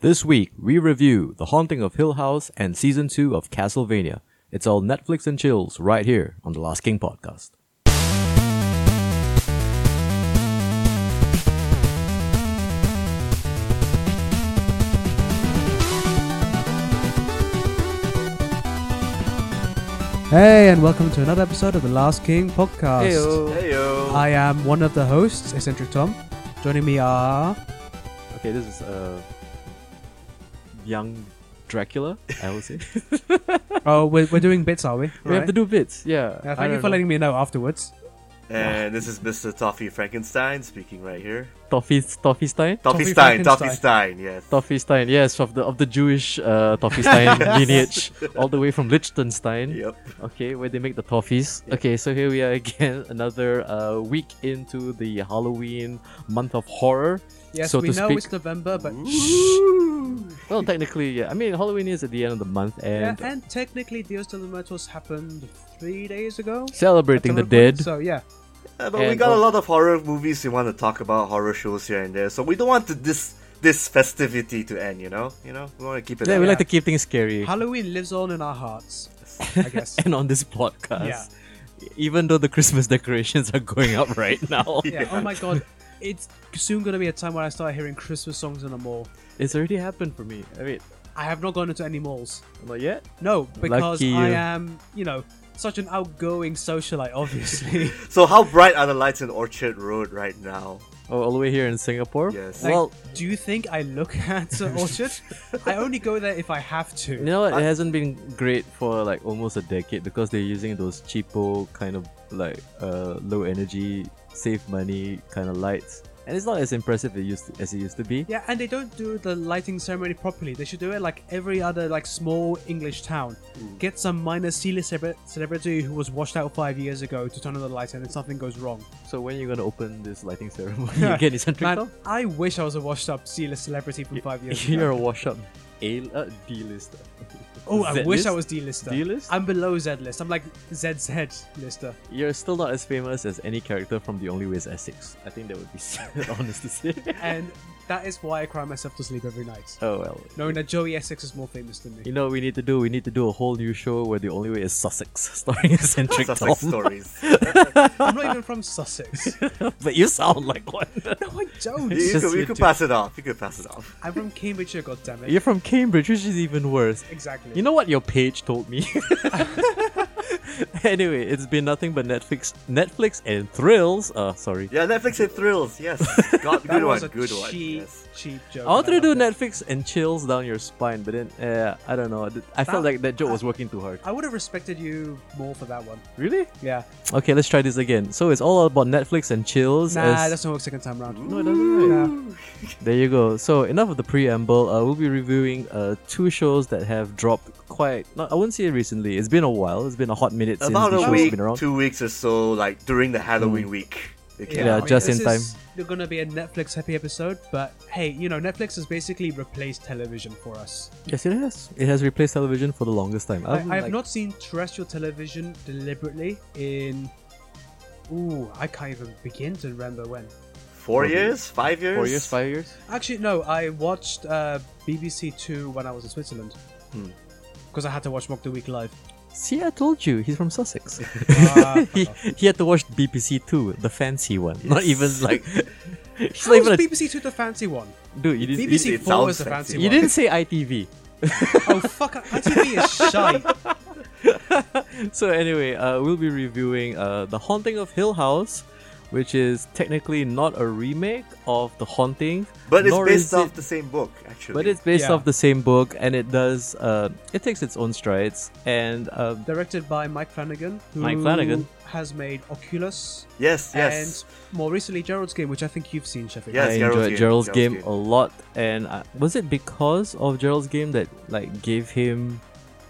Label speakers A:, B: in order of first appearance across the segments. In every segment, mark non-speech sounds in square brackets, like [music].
A: This week, we review The Haunting of Hill House and Season 2 of Castlevania. It's all Netflix and chills right here on the Last King podcast.
B: Hey, and welcome to another episode of the Last King podcast.
A: Heyo.
B: I am one of the hosts, Eccentric Tom. Joining me are.
A: Okay, this is uh, young Dracula. I would [laughs] say
B: Oh, we're, we're doing bits, are [laughs] we?
A: we have to do bits. Yeah.
B: Yeah,
A: I
B: thank you
A: don't
B: for
A: know.
B: letting me know afterwards.
C: And this is Mr. Toffee Frankenstein speaking right here.
A: Toffee Toffee Stein.
C: Toffee
B: Toffee
C: Stein, Toffee
B: Frankenstein.
C: Stein, yes.
A: Toffee Stein, yes, of the of the Jewish uh, Toffee Stein lineage, all the way from Liechtenstein.
C: Yep.
A: Okay, where they make the toffees. Okay, so here we are again, [laughs] another uh, week into the Halloween month of horror.
B: Yes,
A: so
B: we
A: to
B: know
A: speak.
B: it's November, but.
A: Well,
B: [laughs]
A: technically, yeah. I mean, Halloween is at the end of the month,
B: Yeah,
A: and
B: and technically, Dios de los Muertos happened three days ago.
A: celebrating the
B: At some point,
A: dead.
B: So, yeah.
C: Uh, but we
A: And
C: got a
A: al-
C: lot of horror movies we want to talk about, horror shows here and there. So we don't want to, this this festivity to end, you know? You know? We want to keep it
A: yeah,
C: up.
A: we like to keep things scary.
B: Halloween lives on in our hearts, I guess.
A: [laughs] and on this podcast. Even though the Christmas decorations are going up
B: [laughs]
A: right now,
B: yeah. Oh my god. It's soon going to be a time when I start hearing Christmas songs in a mall.
A: it's already happened for me. I mean,
B: I have not gone into any malls.
A: not yet.
B: No, because
A: Lucky
B: I
A: you.
B: am, you know, such an outgoing socialite,
A: [laughs]
B: obviously.
C: So how bright are the lights in Orchard Road right now?
A: Oh, all the way here in Singapore.
C: Yes.
B: Like,
A: Well,
B: do you think I look
A: [laughs]
B: [laughs] at uh, Orchard? I only go there if I have to.
A: you know what? It hasn't been great for like almost a decade because they're using those cheapo kind of like uh, low energy, save money kind of lights, and it's not as impressive it used as it used to be.
B: Yeah, and they don't do the lighting ceremony properly. They should do it like every other like small English town.
A: Mm.
B: Get some minor C-list celebra- celebrity who was washed out five years ago to turn on the light, and then something goes wrong.
A: So when are you gonna open this lighting
B: [laughs]
A: ceremony again? Eccentric
B: Man,
A: Tom?
B: I wish I was a washed-up C-list celebrity from five
A: [laughs]
B: years
A: You're
B: ago.
A: a wash up A uh, D lister.
B: Oh,
A: [laughs]
B: I wish I
A: Z-list?
B: was D-lister.
A: D-list?
B: I'm below Z-list. I'm like ZZ-lister.
A: You're still not as famous as any character from The Only Way is Essex. I think that would be [laughs] sad, honest to say. [laughs]
B: and that is why I cry myself to sleep every night.
A: Oh well.
B: Knowing that Joey Essex is more famous than me.
A: You know what we need to do? We need to do a whole new show where the only way is Sussex, [laughs] starring eccentric Tom.
C: Sussex
A: [laughs]
C: stories.
B: I'm not even from Sussex. No,
A: but [laughs] you sound like one.
B: I
C: you,
B: don't.
C: you
A: just
C: could, you
A: you
C: could
A: two.
C: pass it off. You could pass it off.
B: [laughs] I'm from Cambridgeshire,
A: [laughs]
B: goddammit.
A: You're from Cambridge, which is even worse.
B: Exactly.
A: You know what your page told me? anyway, it's been nothing but Netflix, Netflix and thrills. Uh, sorry.
C: Yeah, Netflix and
A: [laughs]
C: thrills. Yes, God,
B: that
C: good one,
B: was a
C: good
B: cheap,
C: one. Yes.
B: cheap joke.
A: I wanted
B: and
A: to do
B: loved it.
A: Netflix and chills down your spine, but then uh, I don't know. I did- I felt
B: That-
A: like that joke was working too hard.
B: I would have respected you more for that one.
A: Really?
B: Yeah.
A: Okay, let's try this again. So it's all about Netflix and chills.
B: Nah,
A: as-
B: that's not work second time round.
A: No, it doesn't. Right?
B: Nah.
A: There you go. So enough of the preamble. Uh, we'll be reviewing uh, two shows that have dropped quite. Not, I wouldn't say recently. It's been a while. It's been a hot minute since
C: About
A: the
C: a
A: show's
C: week,
A: been around. Mm.
C: two weeks or so, like during the Halloween week. They came
A: Yeah,
C: out.
A: just
B: this
A: in time.
B: Is, they're gonna be a Netflix happy episode, but hey, you know Netflix has basically replaced television for us.
A: Yes, it has. It has replaced television for the longest time.
B: I,
A: would
B: I have
A: like-
B: not seen terrestrial television deliberately in. Ooh, I can't even begin to remember when.
C: Four years, five years,
A: Four years, five years.
B: Actually, no, I watched uh, BBC Two when I was in Switzerland. Because I had to watch Mock the Week live.
A: See, I told you, he's from
C: [laughs]
A: Sussex.
B: Uh,
A: he, he had to watch BBC Two, the fancy one. Not even
C: [laughs]
A: like. it's
B: How
A: not
B: was
A: even a-
B: BBC Two the fancy one?
A: dude, you didn't,
B: BBC
C: it
B: Four was
C: sounds
B: the fancy
C: fancy.
A: you,
B: one.
A: you didn't say ITV.
B: Oh fuck! ITV is shy.
A: So anyway, uh, we'll be reviewing uh, The Haunting of Hill House, which is technically not a remake of The Haunting,
C: But it's
A: nor
C: based
A: is
C: off
A: it-
C: the same book, actually.
A: But it's based
B: Yeah.
A: off the same book, and it does. Uh, it takes its own strides, and uh,
B: Directed by Mike Flanagan. Who
A: Mike Flanagan.
B: has made Oculus
C: yes, yes.
B: and more recently Gerald's Game, which I think you've seen, Sheffield.
C: Yes,
A: I
C: Gerald's
A: enjoyed
C: game,
A: Gerald's,
C: Gerald's
A: game,
C: game.
A: a lot. And uh, was it because of Gerald's game that like gave him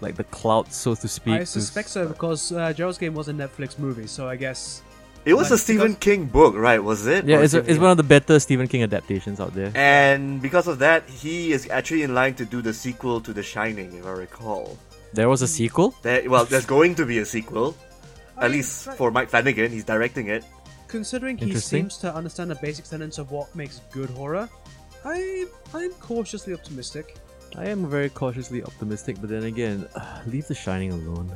A: like the clout, so to speak?
B: I
A: to-
B: suspect so because uh, Gerald's Game was a Netflix movie, so I guess
C: it was a
B: Like,
C: Stephen King book, right? Was it?
A: Yeah,
C: Or
A: it's, a,
C: Stephen
A: it's one of the better Stephen King adaptations out there.
C: And because of that, he is actually in line to do the sequel to The Shining, if I recall.
A: There was a sequel.
C: There, well, there's going to be a sequel,
B: I
C: at
B: mean,
C: least
B: like-
C: for Mike Flanagan. He's directing it.
B: considering he
A: Interesting.
B: seems to understand the basic tenets of what makes good horror, I I'm cautiously optimistic.
A: I am very cautiously optimistic, but then again, [sighs] leave The Shining [laughs] alone.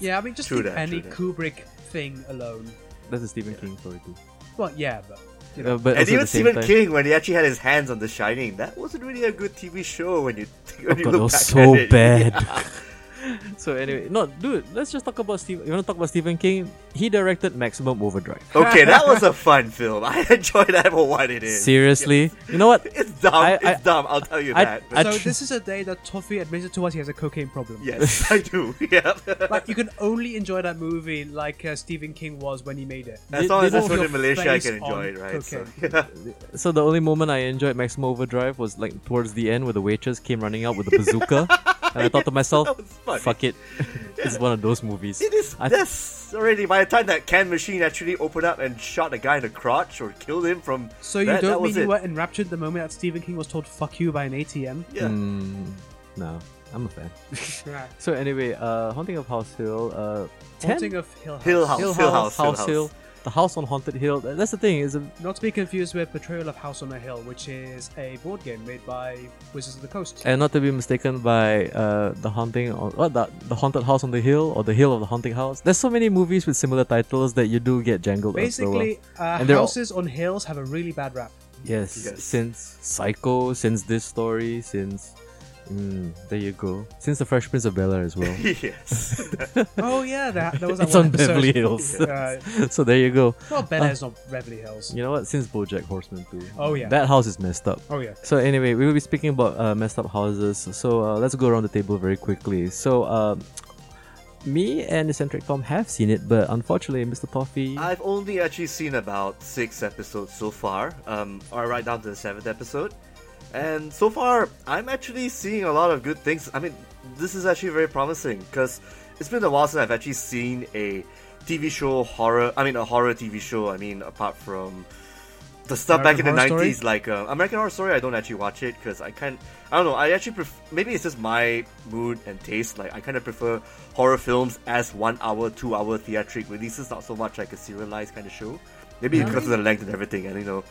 B: Yeah, I mean just
C: True
B: leave
C: that,
B: any
C: true
B: Kubrick thing alone.
A: That's a Stephen King story too.
B: Well, yeah, but you
A: Uh,
B: know,
A: but
C: and
A: also at
C: even
A: the same
C: Stephen
A: time,
C: King, when he actually had his hands on The Shining, that wasn't really a good TV show when you, [laughs] when you
A: Oh God,
C: look
A: it was
C: back
A: so
C: at it. [laughs]
A: bad. [laughs] so anyway, no, dude, let's just talk about Steve. You want to talk about Stephen King? He directed Maximum Overdrive.
C: okay, that was a fun film. [laughs] I enjoyed that for what it is.
A: Seriously, you know what?
C: [laughs] It's dumb.
A: I- I-
C: it's dumb. I'll tell you
A: I-
C: that.
A: I-
C: but-
B: so
A: tr-
B: this is a day that Toffee admitted to us he has a cocaine problem.
C: yes, [laughs] I do. Yeah.
B: Like you can only enjoy that movie like uh, Stephen King was when he made it.
C: as
A: They-
C: long
A: they
C: as I
A: don't
C: put
B: feel
C: in Malaysia, I
B: face
C: can
B: on
C: enjoy it, right? [laughs] So,
B: cocaine.
C: yeah.
A: So the only moment I enjoyed Maximum Overdrive was like towards the end, where the waitress came running out with a
C: [laughs]
A: bazooka, and I thought to myself,
C: that was funny.
A: "Fuck
C: [laughs]
A: it, it's one of those movies."
C: It is
A: I-
C: this already. By the time that can machine actually opened up and shot a guy in the crotch or killed him from
B: So you
C: that, that
B: don't
C: was
B: mean you
C: it.
B: were enraptured the moment that Stephen King was told "fuck you" by an
C: [laughs]
B: ATM?
C: Yeah.
A: Mm, no, I'm a fan. So anyway, uh, Haunting of House Hill, uh, 10?
B: Haunting of Hill House.
C: Hill House.
A: Hill
C: Hill
A: House,
C: House, Hill
A: House Hill,
C: House.
A: the house on Haunted Hill. Th- That's the thing. Is a
B: Not to be confused with Portrayal of House on a Hill, which is a board game made by Wizards of the Coast.
A: and not to be mistaken by uh, the haunting on what the, the haunted house on the hill or the hill of the haunting house. There's so many movies with similar titles that you do get jangled. up so well.
B: Basically, uh,
A: And they're all-
B: houses on hills have a really bad rap.
A: yes,
C: Yes.
A: Since Psycho, since this story, since mm, there you go. Since the Fresh Prince of Bel Air as
B: [laughs]
A: well. [laughs]
B: Mm.
C: [laughs] yes.
B: Oh yeah, that, that was that
A: it's on
B: one episode.
A: Beverly Hills.
B: [laughs]
A: Uh,
B: Yeah.
A: so there you go.
B: well, Bel Air's not Beverly Hills.
A: You know what? Since BoJack Horseman too.
B: Oh, yeah.
A: That house is messed up.
B: Oh yeah.
A: So anyway, we will be speaking about uh, messed up houses. So uh, let's go around the table very quickly. So um, me and eccentric Tom have seen it, but unfortunately, Mr. Toffee.
C: I've only actually seen about six episodes so far, um, or right down to the seventh episode. And so far, I'm actually seeing a lot of good things. I mean, this is actually very promising because it's been a while since I've actually seen a TV show horror. I mean, a horror TV show. I mean, apart from the stuff
B: American
C: back in the
B: Horror
C: 90s, like uh, American Horror Story, I don't actually watch it because I can't. I don't know. I actually pref- maybe it's just my mood and taste. Like I kind of prefer horror films as one hour, two hour theatric releases, not so much like a serialized kind of show. Maybe
B: Yeah, I
C: because of the length and everything, and you know,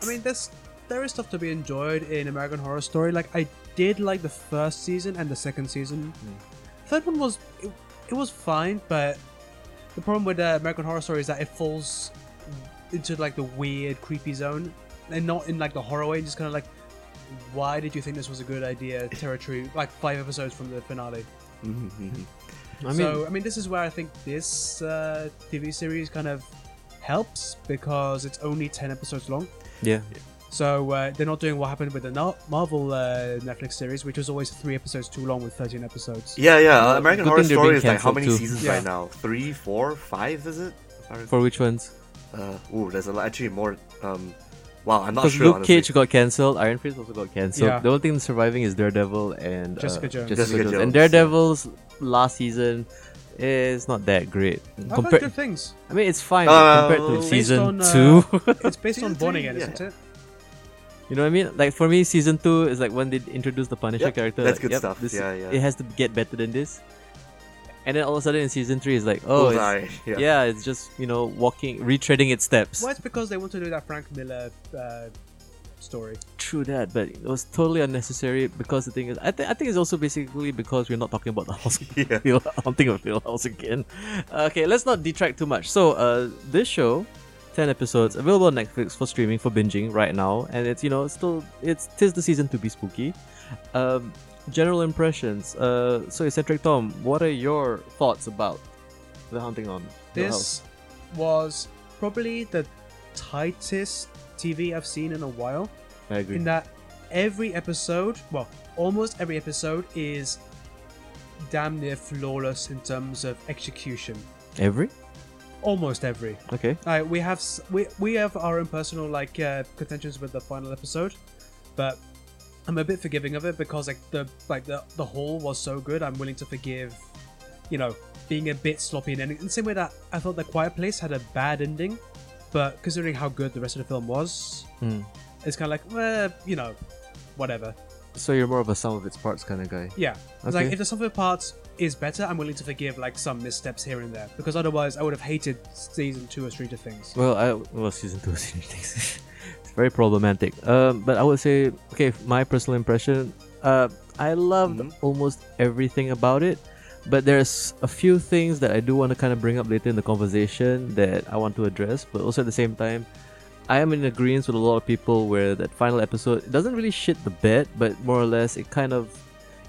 B: I mean, there's there is stuff to be enjoyed in American Horror Story. Like I did like the first season and the second season.
A: Hmm.
B: Third one was it, it was fine, but the problem with uh, American Horror Story is that it falls into like the weird, creepy zone, and not in like the horror way. Just kind of like, why did you think this was a good idea? Territory like five episodes from the finale.
A: Mm-hmm. I mean,
B: so I mean, this is where I think this uh, TV series kind of helps because it's only ten episodes long.
A: yeah,
B: So uh, they're not doing what happened with the Nar- Marvel uh, Netflix series, which was always three episodes too long with 13 episodes.
C: yeah, yeah.
A: Well,
C: American
A: good
C: Horror
A: thing they're
C: Story
A: being
C: is like how
A: cancelled
C: many
A: too.
C: seasons
B: Yeah.
C: right now? Three, four, five? Is it?
A: for which ones?
C: Uh, ooh, there's a lot, actually more. Um, wow, I'm not
A: Because
C: sure.
A: Luke
C: honestly.
A: Cage got cancelled, Iron Fist also got cancelled.
B: Yeah.
A: The only thing surviving is Daredevil and uh,
B: Jessica Jones.
A: Jessica,
C: Jessica
A: Jones.
C: Jones,
A: And Daredevil's last season is not that great.
B: I've heard
A: Compared,
B: good
C: [laughs]
B: things.
A: I mean, it's fine
C: Uh,
A: but compared to
C: Based
A: season
B: on, uh,
A: two. [laughs]
B: It's based on
C: Season
B: Born
C: three,
B: Again,
C: yeah.
B: isn't it?
A: You know what I mean? Like for me, season two is like when they introduce the Punisher
C: Yep,
A: character.
C: that's
A: like,
C: good
A: yep,
C: stuff.
A: this-
C: Yeah, yeah.
A: It has to get better than this. And then all of a sudden in season three, it's like, oh, it's-
C: Bullseye,
A: yeah.
C: yeah.
A: it's just you know walking, retreading its steps.
B: Well, it's because they want to do that Frank Miller uh, story.
A: True that, but it was totally unnecessary because the thing is, I think I think it's also basically because we're not talking about the [laughs] house,
C: Yeah.
A: Hill- haunting of Hill House again. Okay, let's not detract too much. So, uh, this show, ten episodes, available on Netflix for streaming for binging right now, and it's you know still it's tis the season to be spooky. Um, general impressions. Uh, so eccentric Tom, what are your thoughts about the haunting on Hill House?
B: This was probably the tightest TV I've seen in a while.
A: I agree.
B: in that every episode, well, almost every episode is damn near flawless in terms of execution.
A: Every
B: Almost every.
A: okay.
B: Alright, we have s- we we have our own personal like uh, contentions with the final episode, but I'm a bit forgiving of it because like the like the the haul was so good. I'm willing to forgive, you know, being a bit sloppy in ending. In the same way that I thought the Quiet Place had a bad ending, but considering how good the rest of the film was,
A: Hmm.
B: it's kind of like well, you know, whatever.
A: So you're more of a sum of its parts kind of guy.
B: Yeah. It's like
A: Okay.
B: if the sum of the parts is better, I'm willing to forgive like some missteps here and there because otherwise I would have hated season two of Stranger Things.
A: [laughs] Well, I well season two of Stranger Things. very problematic. Um, but I would say, okay, my personal impression, uh, I loved
C: Mhm.
A: almost everything about it. But there's a few things that I do want to kind of bring up later in the conversation that I want to address. But also at the same time, I am in agreement with a lot of people where that final episode it doesn't really shit the bed, but more or less it kind of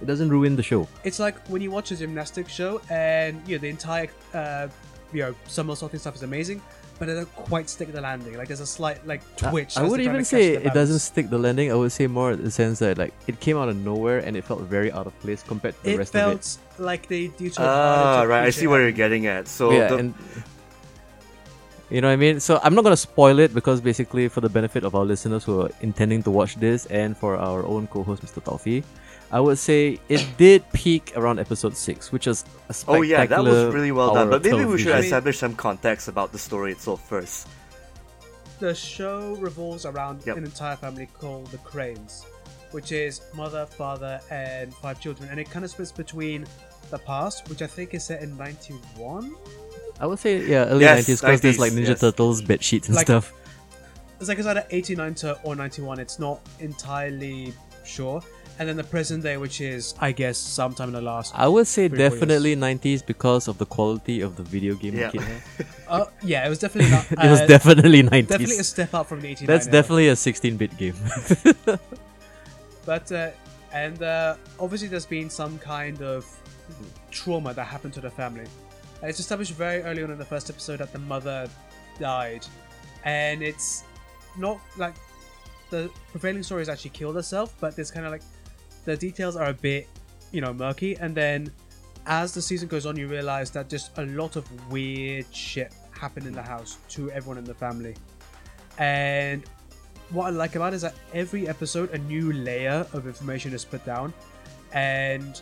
A: it doesn't ruin the show.
B: It's like when you watch a gymnastics show and you know the entire uh, you know somersaulting stuff is amazing, but they don't quite stick the landing. Like there's a slight like
A: I-
B: twitch.
A: I,
B: as
A: would
B: they're trying
A: even
B: to catch
A: say it
B: the balance.
A: doesn't stick the landing. I would say more in the sense that like it came out of nowhere and it felt very out of place compared to the
B: It
A: rest of it.
B: felt like they do.
C: Ah, right. I see where you're getting at. So
A: yeah,
C: the,
A: and you know what I mean. So I'm not gonna spoil it because basically for the benefit of our listeners who are intending to watch this and for our own co-host Mr. Taufi, I would say it did peak around episode six, which is a
C: oh
A: spectacular.
C: yeah, that was really well done.
A: hour
C: But
A: of
C: maybe we
A: television.
C: should
B: I mean-
C: establish some context about the story itself first.
B: the show revolves around
C: Yep.
B: an entire family called the Cranes, which is mother, father, and five children, and it kind of splits between the past, which I think is set in '91.
A: I would say yeah, early
C: Yes,
A: 90s because there's like
C: 90s,
A: Ninja
C: yes.
A: Turtles bed sheets and
B: Like-
A: stuff.
B: It's like it's either '89 to or '91. It's not entirely sure. And then the present day, which is I guess sometime in the last.
A: I would say
B: three, four years.
A: definitely 90s because of the quality of the video game.
B: [laughs]
C: Yeah.
A: kit.
B: Uh, yeah, it was definitely not.
A: [laughs] it was
B: uh,
A: definitely 90s.
B: definitely a step up from the '89.
A: That's
B: era.
A: definitely a 16-bit game. [laughs]
B: But uh, and uh, obviously, there's been some kind of trauma that happened to the family. And it's established very early on in the first episode that the mother died, and it's not like the prevailing story is that she killed herself, but there's kind of like the details are a bit, you know, murky. And then as the season goes on, you realize that just a lot of weird shit happened in the house to everyone in the family. And what I like about it is that every episode, a new layer of information is put down, and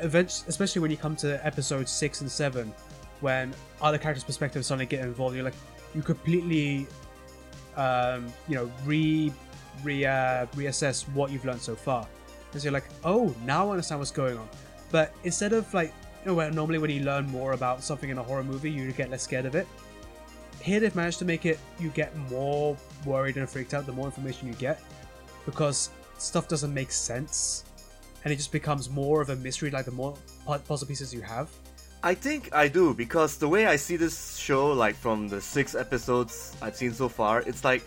B: eventually, especially when you come to episode six and seven, when other characters' perspectives suddenly get involved, you're like, you completely, um, you know, re, re, uh, reassess what you've learned so far, because you're like, oh, now I understand what's going on. But instead of like, you know, where normally when you learn more about something in a horror movie, you get less scared of it here they've managed to make it you get more worried and freaked out the more information you get because stuff doesn't make sense and it just becomes more of a mystery like the more pu- puzzle pieces you have
C: I think I do because the way I see this show, like from the six episodes I've seen so far, it's like,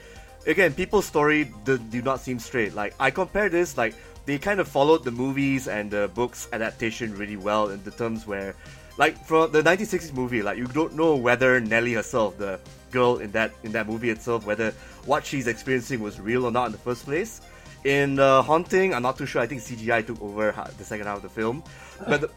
C: again, people's story do, do not seem straight. Like I compare this, like they kind of followed the movies and the books adaptation really well in the terms where, like from the 1960s movie, like you don't know whether Nellie herself, the girl in that in that movie itself, whether what she's experiencing was real or not in the first place. In uh, Haunting, I'm not too sure. I think CGI took over ha- the second half of the film, but. The,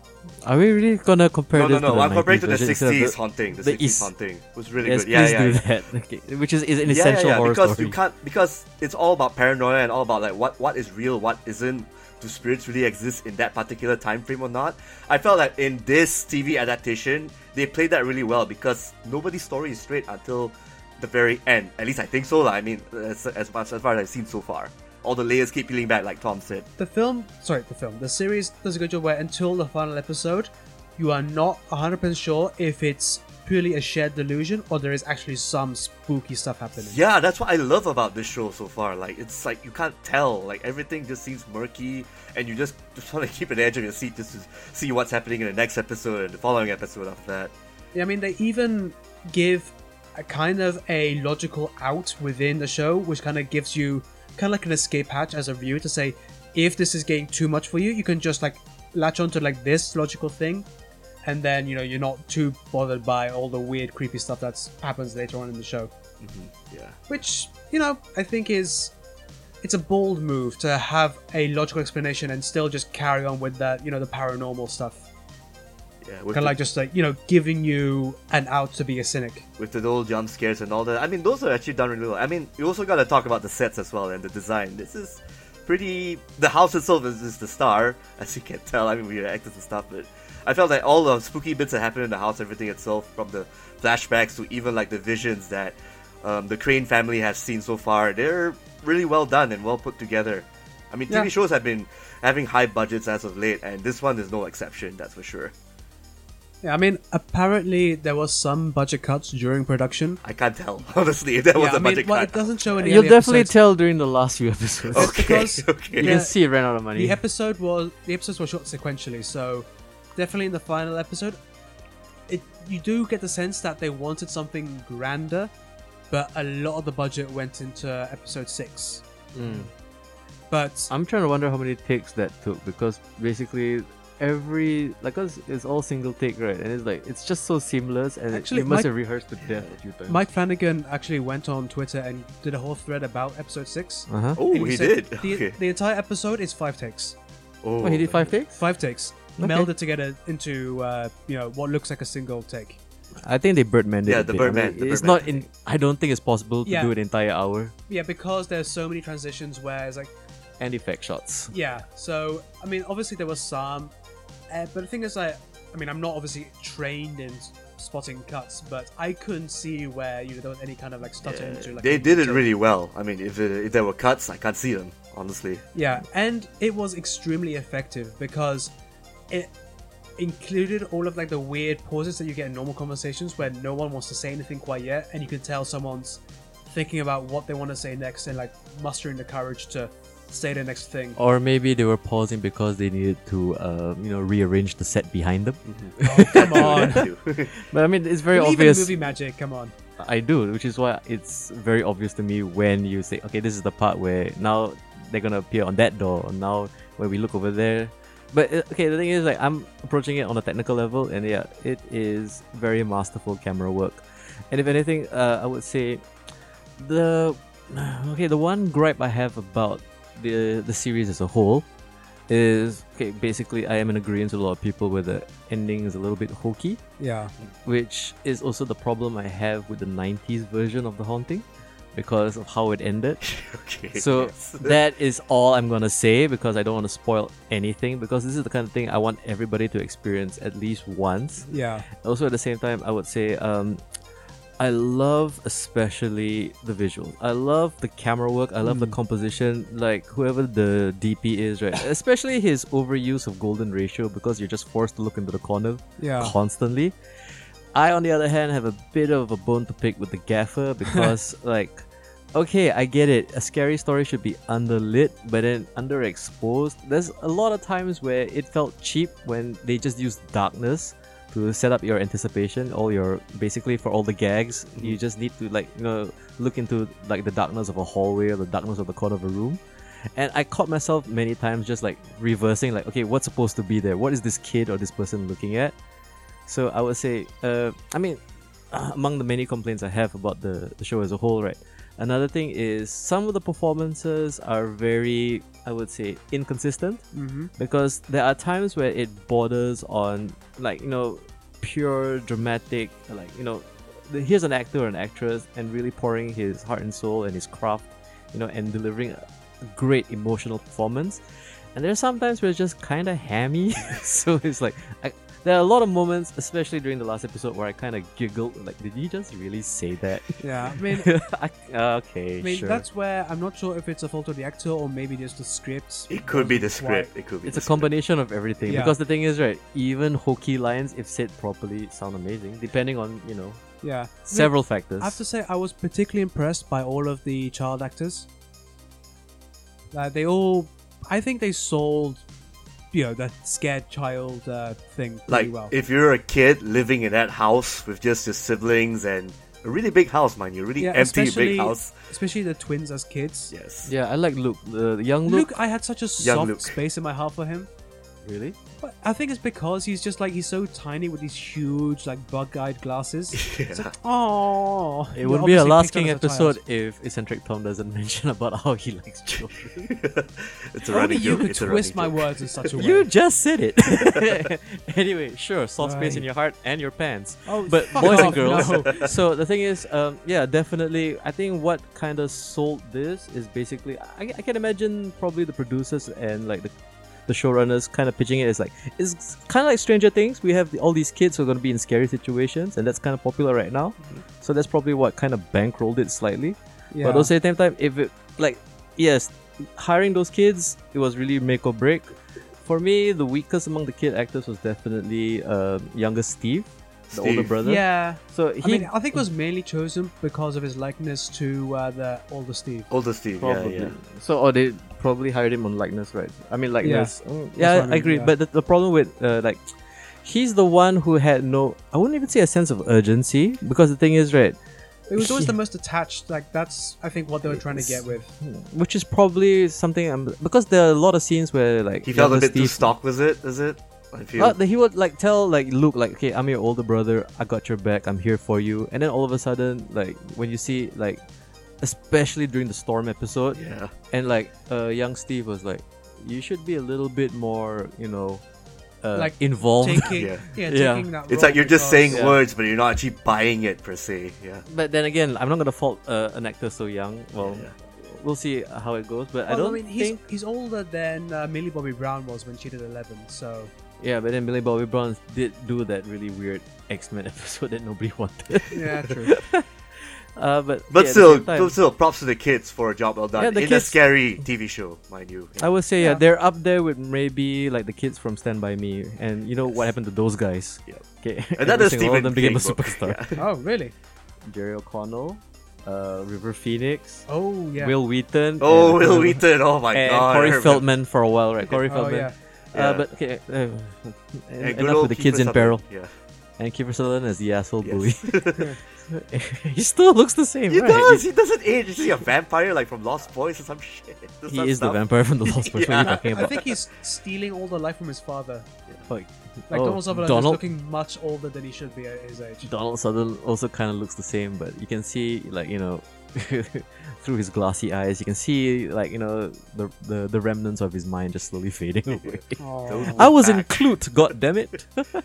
A: Are we really gonna compare
C: no,
A: this
C: no,
A: to
C: no.
A: the
C: I'm comparing to
A: 90s
C: the
A: version instead of
C: 60s haunting. The,
A: uh, the
C: 60s
A: East-
C: haunting It was really
A: Yes,
C: good. Yeah,
A: please
C: yeah,
A: do
C: yeah.
A: that. Okay. Which is, is an
C: Yeah,
A: [laughs]
C: yeah,
A: essential
C: yeah,
A: horror
C: because
A: story.
C: you can't because it's all about paranoia and all about like what what is real, what isn't. Do spirits really exist in that particular time frame or not? I felt like in this TV adaptation, they played that really well because nobody's story is straight until the very end. At least I think so. lah. I mean, as, as, much, as far as I've seen so far, all the layers keep peeling back, like Tom said.
B: the film sorry the film the series does a good job where until the final episode you are not 100% sure if it's purely a shared delusion or there is actually some spooky stuff happening
C: Yeah, that's what I love about this show so far. Like, it's like you can't tell. Like, everything just seems murky, and you just, just want to keep an edge of your seat just to see what's happening in the next episode and the following episode after that.
B: Yeah, I mean, they even give a kind of a logical out within the show, which kind of gives you kind of like an escape hatch as a viewer to say, if this is getting too much for you, you can just like latch onto like this logical thing, and then you know you're not too bothered by all the weird, creepy stuff that's happens later on in the show.
C: Yeah.
B: Which you know I think is it's a bold move to have a logical explanation and still just carry on with that you know the paranormal stuff,
C: Yeah, with,
B: kind of like
C: the,
B: just like you know giving you an out to be a cynic.
C: with the old jump scares and all that. I mean, those are actually done really well. I mean, you also got to talk about the sets as well and the design. This is pretty. The house itself is, is the star, [laughs] as you can tell. I mean, we reacted to stuff, but I felt like all the spooky bits that happened in the house, everything itself, from the flashbacks to even like the visions that um, the Crane family have seen so far, they're really well done and well put together. I mean, TV
B: Yeah.
C: shows have been having high budgets as of late, and this one is no exception, that's for sure.
B: Yeah, I mean, apparently there was some budget cuts during production.
C: I can't tell, [laughs] honestly. That was
B: yeah,
C: a
B: I mean,
C: budget
B: well,
C: cut.
B: it doesn't show any.
A: You'll
B: early
A: definitely
B: episodes.
A: tell during the last few episodes.
B: It's
C: Okay,
B: because
C: [laughs]
A: [laughs]
C: okay.
A: You
B: the-
A: can see it ran out of money.
B: The episode was the episodes were shot sequentially, so definitely in the final episode, it you do get the sense that they wanted something grander, but a lot of the budget went into episode six.
A: Mm.
B: But
A: I'm trying to wonder how many takes that took because basically every like 'cause it's all single take right and it's like it's just so seamless and
B: Actually,
A: it, you must
B: Mike-
A: have rehearsed to death a few times.
B: Mike Flanagan actually went on Twitter and did a whole thread about episode six.
A: uh-huh.
C: Oh,
B: And
C: he
B: said
C: did.
B: The,
C: okay.
B: the entire episode is five takes.
A: Oh,
C: Oh,
A: he did five takes.
B: Five takes.
A: Okay.
B: Melded together into uh, you know what looks like a single take.
A: I think they Birdman did.
C: Yeah,
A: it
C: the
A: bit. I mean,
C: Birdman- the
A: it's
C: Birdman
A: not in.
C: did.
A: I don't think it's possible to
B: Yeah.
A: do an entire hour
B: Yeah, because there's so many transitions where it's like
A: and effect shots.
B: Yeah. So I mean, obviously there was some, uh, but the thing is, I, I mean, I'm not obviously trained in s- spotting cuts, but I couldn't see where you know there was any kind of like stuttering. to, like,
C: They
B: a
C: did it
B: take.
C: really well. I mean, if, it, if there were cuts, I can't see them,
A: [laughs]
C: honestly.
B: Yeah, and it was extremely effective because it included all of like the weird pauses that you get in normal conversations where no one wants to say anything quite yet, and you can tell someone's thinking about what they want to say next and like mustering the courage to say the next thing.
A: Or maybe they were pausing because they needed to, uh, you know, rearrange the set behind them.
B: Oh, [laughs] come on.
C: That too.
A: But I mean, it's very
B: Believe in
A: obvious.
B: movie magic, come on.
A: I do, which is why it's very obvious to me when you say, okay, this is the part where now they're gonna appear on that door. and Now when we look over there, but uh, okay, the thing is, like, I'm approaching it on a technical level, and yeah, it is very masterful camera work. And if anything, uh, I would say the [sighs] okay, the one gripe I have about the the series as a whole is okay. Basically, I am in agreement with a lot of people where the ending is a little bit hokey
B: Yeah.
A: which is also the problem I have with the 90s version of The Haunting because of how it ended.
C: [laughs] okay.
A: So
C: yes.
A: that is all I'm going to say because I don't want to spoil anything because this is the kind of thing I want everybody to experience at least once.
B: Yeah.
A: Also at the same time, I would say um I love especially the visuals. I love the camera work. I love the composition. Like whoever the DP is, right? Especially his overuse of golden ratio because you're just forced to look into the corner [laughs]
B: Yeah.
A: Oh, constantly. I, on the other hand, have a bit of a bone to pick with the gaffer because, like, okay, I get it. A scary story should be underlit, but then underexposed. There's a lot of times where it felt cheap when they just used darkness to set up your anticipation. All your basically for all the gags, you just need to like you know look into like the darkness of a hallway or the darkness of the corner of a room. And I caught myself many times just like reversing, like, okay, what's supposed to be there? What is this kid or this person looking at? So I would say, uh, I mean, uh, among the many complaints I have about the, the show as a whole, right? Another thing is some of the performances are very, I would say, inconsistent
B: Mm-hmm.
A: because there are times where it borders on, like, you know, pure dramatic, like, you know, the, here's an actor or an actress and really pouring his heart and soul and his craft, you know, and delivering a great emotional performance. And there's sometimes where it's just kind of hammy. [laughs] so it's like, I, there are a lot of moments, especially during the last episode, where I kind of giggled. Like, did you just really say that? [laughs]
B: Yeah. I mean,
A: I, uh, okay,
B: I mean
A: sure.
B: that's where I'm not sure if it's a fault of the actor or maybe just the script.
C: [laughs] It could be the
B: wasn't quite-
C: script. It could be.
A: It's
C: the
A: a combination of everything
B: Yeah.
A: because the thing is, right? Even hokey lines, if said properly, sound amazing. Depending on you know
B: Yeah. I mean,
A: several factors.
B: I have to say, I was particularly impressed by all of the child actors. Like they all, I think they sold, you know, the scared child uh, thing
C: script.
B: pretty
C: Like,
B: well.
C: if you're a kid living in that house with just your siblings and a really big house, mind you, really
B: yeah,
C: empty
B: especially,
C: big house.
B: especially the twins as kids.
C: Yes.
A: Yeah, I like Luke, the the young
B: Luke,
A: Luke.
B: I had such a
C: Young
B: soft
C: Luke.
B: space in my heart for him.
A: Really?
B: But I think it's because he's just like he's so tiny with these huge like bug-eyed
C: [laughs]
B: glasses. It's like, oh,
A: It would be a Last King episode if eccentric Tom doesn't [laughs] mention about how he likes children.
C: [laughs] It's a
B: Only
C: running
B: you
C: joke.
B: could
C: It's a
B: twist my
C: running joke.
B: words in such a
C: [laughs]
B: way.
A: you just said it. [laughs] anyway, sure, soft space in
B: Right.
A: your heart and your pants.
B: Oh,
A: but
B: fuck
A: boys
B: off,
A: and girls. [laughs]
B: no.
A: so the thing is, um, yeah, definitely. I think what kind of sold this is basically. I, I can imagine probably the producers and like the, the showrunners kind of pitching it as like it's kind of like Stranger Things. We have the, all these kids who are going to be in scary situations, and that's kind of popular right now.
B: Mm-hmm.
A: So that's probably what kind of bankrolled it slightly.
B: yeah.
A: But also at the same time, if it like yes, hiring those kids, it was really make or break. for me, the weakest among the kid actors was definitely uh, younger Steve, the older
C: Steve.
A: brother.
B: Yeah,
A: So he
B: I mean, I think it was mainly chosen because of his likeness to uh, the older Steve.
C: Older Steve,
A: probably.
C: yeah, yeah.
A: So or they probably hired him on likeness, right? I mean likeness. Mm,
B: what
A: Yeah,
B: I
A: I,
B: mean,
A: agree.
B: yeah.
A: But the, the problem with uh, like he's the one who had no I wouldn't even say a sense of urgency because the thing is right,
B: It was always
A: Yeah.
B: the most attached. Like that's, I think, what they were trying to get with.
A: which is probably something um, because there are a lot of scenes where like
C: He felt a
A: younger
C: bit too
A: Steve-
C: stock, was it? Is it? I feel.
A: Uh, he would like tell like Luke like okay I'm your older brother I got your back I'm here for you and then all of a sudden like when you see like especially during the storm episode
C: yeah.
A: and like uh, young Steve was like you should be a little bit more you know uh,
B: Like,
A: involved
B: Taking, yeah.
C: Yeah.
A: Yeah.
B: taking that.
C: It's
B: role
C: like you're just
B: because-
C: saying
A: Yeah.
C: words, but you're not actually buying it per se. Yeah.
A: [laughs] but then again I'm not gonna fault uh, an actor so young well
C: Yeah.
A: we'll see how it goes but I
B: Well,
A: don't
B: mean, he's,
A: think
B: he's older than uh, Millie Bobby Brown was when she did Eleven. So
A: yeah but then Billy Bobby Brown did do that really weird X-Men [laughs] episode that nobody wanted
B: yeah, true.
A: uh, but
C: But
A: yeah, at the
C: still,
A: same time-
C: but still, props to the kids for a job well done
A: Yeah,
C: in
A: the
C: a
A: kids-
C: scary TV show, mind you.
A: I
C: Yeah.
A: would say yeah.
B: Yeah.
A: they're up there with maybe like the kids from Stand By Me, and you know what happened to those guys.
C: Yep.
A: Okay, [laughs]
C: And that is
A: single one of them
C: Stephen
A: became a
C: King book. [laughs]
A: superstar.
B: [laughs] oh really?
A: [laughs] Jerry O'Connell, uh, River Phoenix,
B: Oh yeah.
A: Will Wheaton. and-
C: Oh,
A: uh,
C: Will Wheaton! Oh my
A: and
C: god! I
A: Corey
C: remember-
A: Feldman for a while, right? Corey
B: oh
A: Feldman.
B: yeah.
A: Uh,
C: Yeah.
A: but okay, uh, en-
C: And good
A: enough
C: old
A: with the kids in
C: Kiefer
A: peril.
C: Sutherland. Yeah.
A: And Kiefer Sutherland as the asshole
C: Yes.
A: bully. [laughs] he still looks the same,
C: [laughs] He
A: right?
C: does. He doesn't age. Is he a vampire like from Lost Boys or some shit?
A: He, he is the vampire from the Lost Boys. What are you
C: Yeah.
A: talking
B: I
A: about?
B: think he's stealing all the life from his father.
A: Like,
B: Like
A: oh,
B: Donald Sutherland
A: Donald
B: is looking much older than he should be at his age.
A: Donald Sutherland also kind of looks the same, but you can see, like, you know, [laughs] through his glassy eyes, you can see, like, you know, the the, the remnants of his mind just slowly [laughs] fading away.
B: Oh.
A: I was in
C: Back.
A: Clute, god damn it! [laughs] that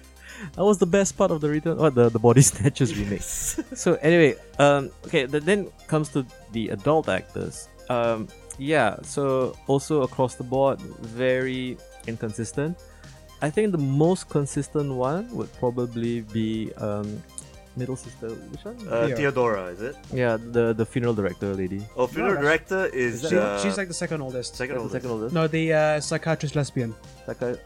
A: was the best part of the return, or the, the body snatchers remake. So anyway, um, okay, th- then comes to the adult actors. Um, yeah, so also across the board, very inconsistent. I think the most consistent one would probably be um, middle sister. Which one?
C: [laughs] Uh,
B: Yeah.
C: Theodora, is it?
A: yeah, the the funeral director lady.
C: Oh, funeral
B: that's-
C: director is.
A: that-
B: She-
C: uh,
B: she's like the second oldest.
C: second
A: That's the
C: oldest.
A: second oldest.
B: No, the uh, psychiatrist lesbian.
A: Like I-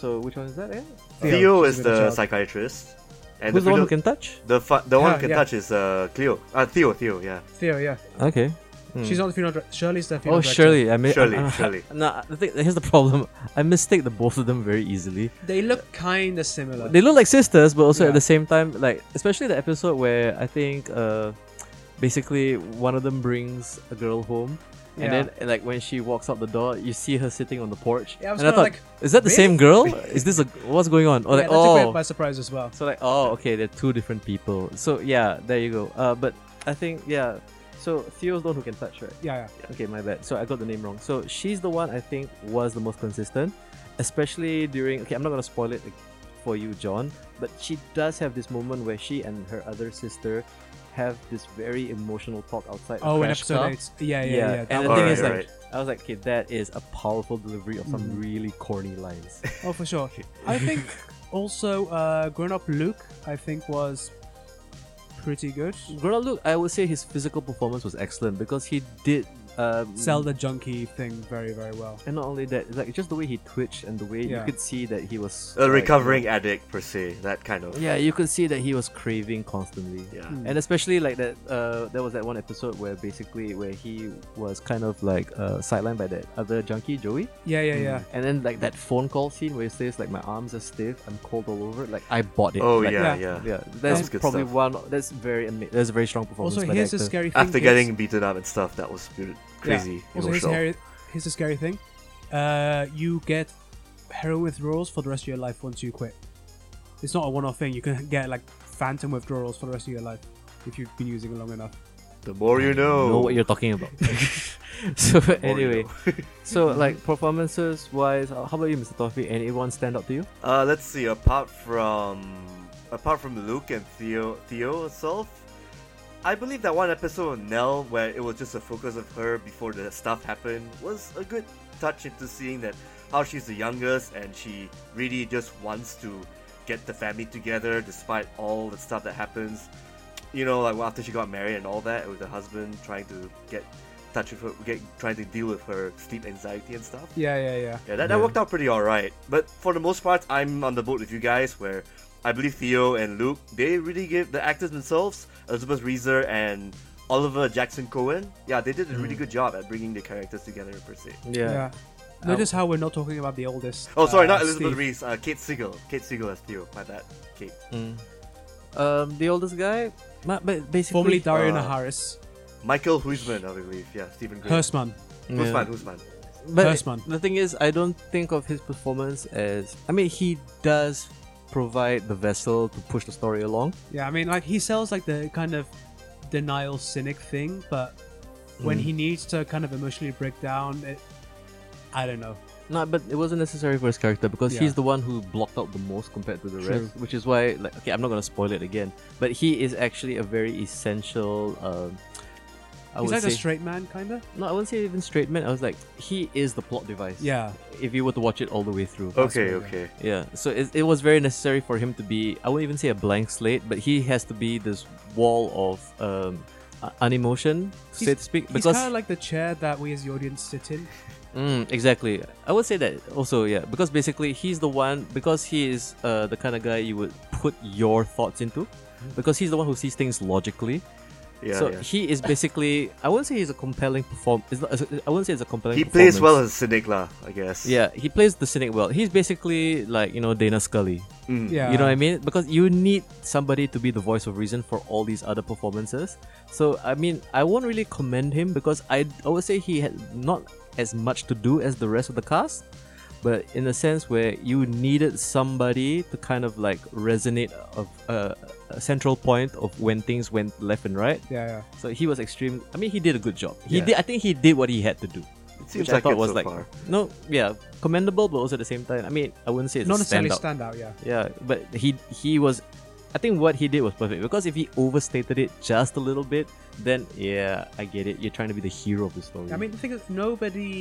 A: so which one is that? Yeah?
B: Theo,
C: Theo
B: she's
C: is
B: with a
C: the
B: child.
C: psychiatrist, and
A: Who's the
C: the
A: one who
C: funeral,
A: can touch?
C: the, fu- the one
B: Yeah,
C: who can
B: Ah, yeah.
C: touch is uh, Cleo. Uh, Theo, Theo, yeah.
B: Theo, yeah.
A: Okay. Hmm.
B: She's not the funeral. dir- Shirley's the funeral.
A: Oh,
B: director.
A: Shirley. I mean,
C: Shirley,
A: [laughs] I, I,
C: Shirley.
A: No, I think here's the problem. I mistake the both of them very easily.
B: They look kind of similar.
A: They look like sisters, but also at the
B: Yeah.
A: same time, like especially the episode where I think, uh, basically one of them brings a girl home,
B: Yeah.
A: and then like when she walks out the door, you see her sitting on the porch,
B: Yeah, I was
A: and I thought,
B: kinda
A: is that the
B: really?
A: same
B: [laughs]
A: girl? Is this a what's going on? Or like,
B: yeah, that took me
A: oh,
B: by surprise as well.
A: so like, oh, okay, they're two different people. So yeah, there you go. Uh, but I think yeah. So Theo's the one who can touch, right?
B: Yeah, yeah.
A: Okay, my bad. So I got the name wrong. So she's the one I think was the most consistent, especially during. Okay, I'm not gonna spoil it for you, John. But she does have this moment where she and her other sister have this very emotional talk outside. a
B: Oh, in
A: crash
B: episode
A: car.
B: eight. Yeah, yeah, yeah.
A: Yeah,
B: yeah.
A: and
B: That
A: the
B: one.
A: thing
C: Alright,
A: is, like,
C: alright.
A: I was like, okay, that is a powerful delivery of some
B: Mm.
A: really corny lines.
B: Oh, for sure. I
A: [laughs]
B: think also uh, grown up Luke, I think was pretty good.
A: Grown look, I would say his physical performance was excellent because he did um,
B: Sell the junkie thing very, very well.
A: And not only that, like just the way he twitched and the way you
B: Yeah.
A: could see that he was
C: A
A: like,
C: Uh, recovering addict per se, that kind of.
A: Yeah, Mm. you could see that he was craving constantly.
C: Yeah.
A: And especially like that, uh, there was that one episode where basically where he was kind of like uh, sidelined by that other junkie Joey,
B: Yeah, yeah, yeah.
A: and then like that phone call scene where he says like my arms are stiff, I'm cold all over. Like I bought it.
C: Oh
A: Like,
B: Yeah.
C: yeah, yeah.
A: yeah. That's
C: That's good
A: probably
C: stuff.
A: one. That's very ama- that's a very strong performance.
B: Also,
A: by the
B: here's the
A: actor.
B: scary thing.
C: After
B: kids.
C: getting beaten up and stuff, that was good- crazy
B: Also, here's, the
C: emotional.
B: hairy- here's the scary thing. Uh, you get heroin withdrawals for the rest of your life once you quit. It's not a one-off thing. You can get like phantom withdrawals for the rest of your life if you've been using it long enough.
C: The more you know.
A: know what you're talking
C: [laughs]
A: about. [laughs] so
C: The more you
A: anyway,
C: know.
A: so like performances wise, uh, how about you, Mr. Toffee? Anyone stand out to you?
C: Uh, let's see. Apart from apart from Luke and Theo, Theo herself, I believe that one episode of Nell where it was just a focus of her before the stuff happened was a good touch into seeing that how she's the youngest and she really just wants to get the family together despite all the stuff that happens. You know, like after she got married and all that, with her husband trying to get touch with her, get, trying to deal with her sleep anxiety and stuff.
B: Yeah, yeah, yeah.
C: Yeah, that, that
A: Yeah.
C: worked out pretty alright. But for the most part, I'm on the boat with you guys where I believe Theo and Luke, they really gave the actors themselves, Elizabeth Reeser and Oliver Jackson Cohen, yeah, they did a really
A: Hmm.
C: good job at bringing the characters together per se.
B: Yeah.
A: Yeah.
B: Notice how we're not talking about the oldest.
C: Oh, sorry,
A: Ah,
B: uh,
C: not Elizabeth
B: Steve.
C: Reese, uh, Kate Siegel. Kate Siegel as Theo, my bad. Kate.
A: Mm. Um, the oldest guy, ma- but basically,
B: Formerly Dariana
C: uh,
B: Harris.
C: Michael Huisman, I believe. Yeah, Stephen Gray.
B: Hurstman.
A: Yeah.
C: Huisman, Huisman.
A: But
B: Hurstman.
A: the thing is, I don't think of his performance as. I mean, he does provide the vessel to push the story along.
B: Yeah, I mean, like he sells like the kind of denial cynic thing, but when
A: Hmm.
B: he needs to kind of emotionally break down, it, I don't know.
A: No, but it wasn't necessary for his character because
B: Yeah.
A: he's the one who blocked out the most compared to the
B: True.
A: rest, which is why, like, okay, I'm not gonna spoil it again, but he is actually a very essential. Um, I
B: He's
A: would
B: like
A: say
B: a straight man, kind of.
A: no, I wouldn't say even straight man. I was like, he is the plot device.
B: Yeah,
A: If you were to watch it all the way through.
C: Okay,
B: Huisman,
C: okay.
A: Yeah, so it, it was very necessary for him to be, I wouldn't even say a blank slate, but he has to be this wall of um, uh, unemotion, so
B: He's-
A: to speak.
B: he's
A: Because,
B: kind of like the chair that we as the audience sit in.
A: Mm, exactly. I would say that also, yeah, because basically he's the one, because he is uh, the kind of guy you would put your thoughts into, because he's the one who sees things logically.
C: Mm-hmm. Yeah,
A: so
C: yeah.
A: he is basically, [laughs] I wouldn't say he's a compelling perform. It's not, I wouldn't say it's a compelling
C: He plays well
A: performance.
C: as Cynic, lah, I guess.
A: Yeah, he plays the cynic well. He's basically like, you know, Dana Scully.
C: Mm.
B: Yeah,
A: Hmm. You know what I mean? Because you need somebody to be the voice of reason for all these other performances. So I mean, I won't really commend him because I, I would say he had not as much to do as the rest of the cast, but in a sense where you needed somebody to kind of like resonate of uh, a central point of when things went left and right.
B: Yeah, yeah.
A: So he was extreme. I mean, he did a good job. He
C: Yeah.
A: did. I think he did what he had to do.
C: It seems
A: which I
C: like
A: thought
C: it
A: was
C: so
A: like
C: far.
A: no, yeah, commendable, but also at the same time, I mean, I wouldn't say it's
B: Not
A: a
B: necessarily
A: standout.
B: standout. Yeah,
A: Yeah, but he he was. I think what he did was perfect because if he overstated it just a little bit, then yeah, I get it. You're trying to be the hero of the story.
B: I mean, the thing is, nobody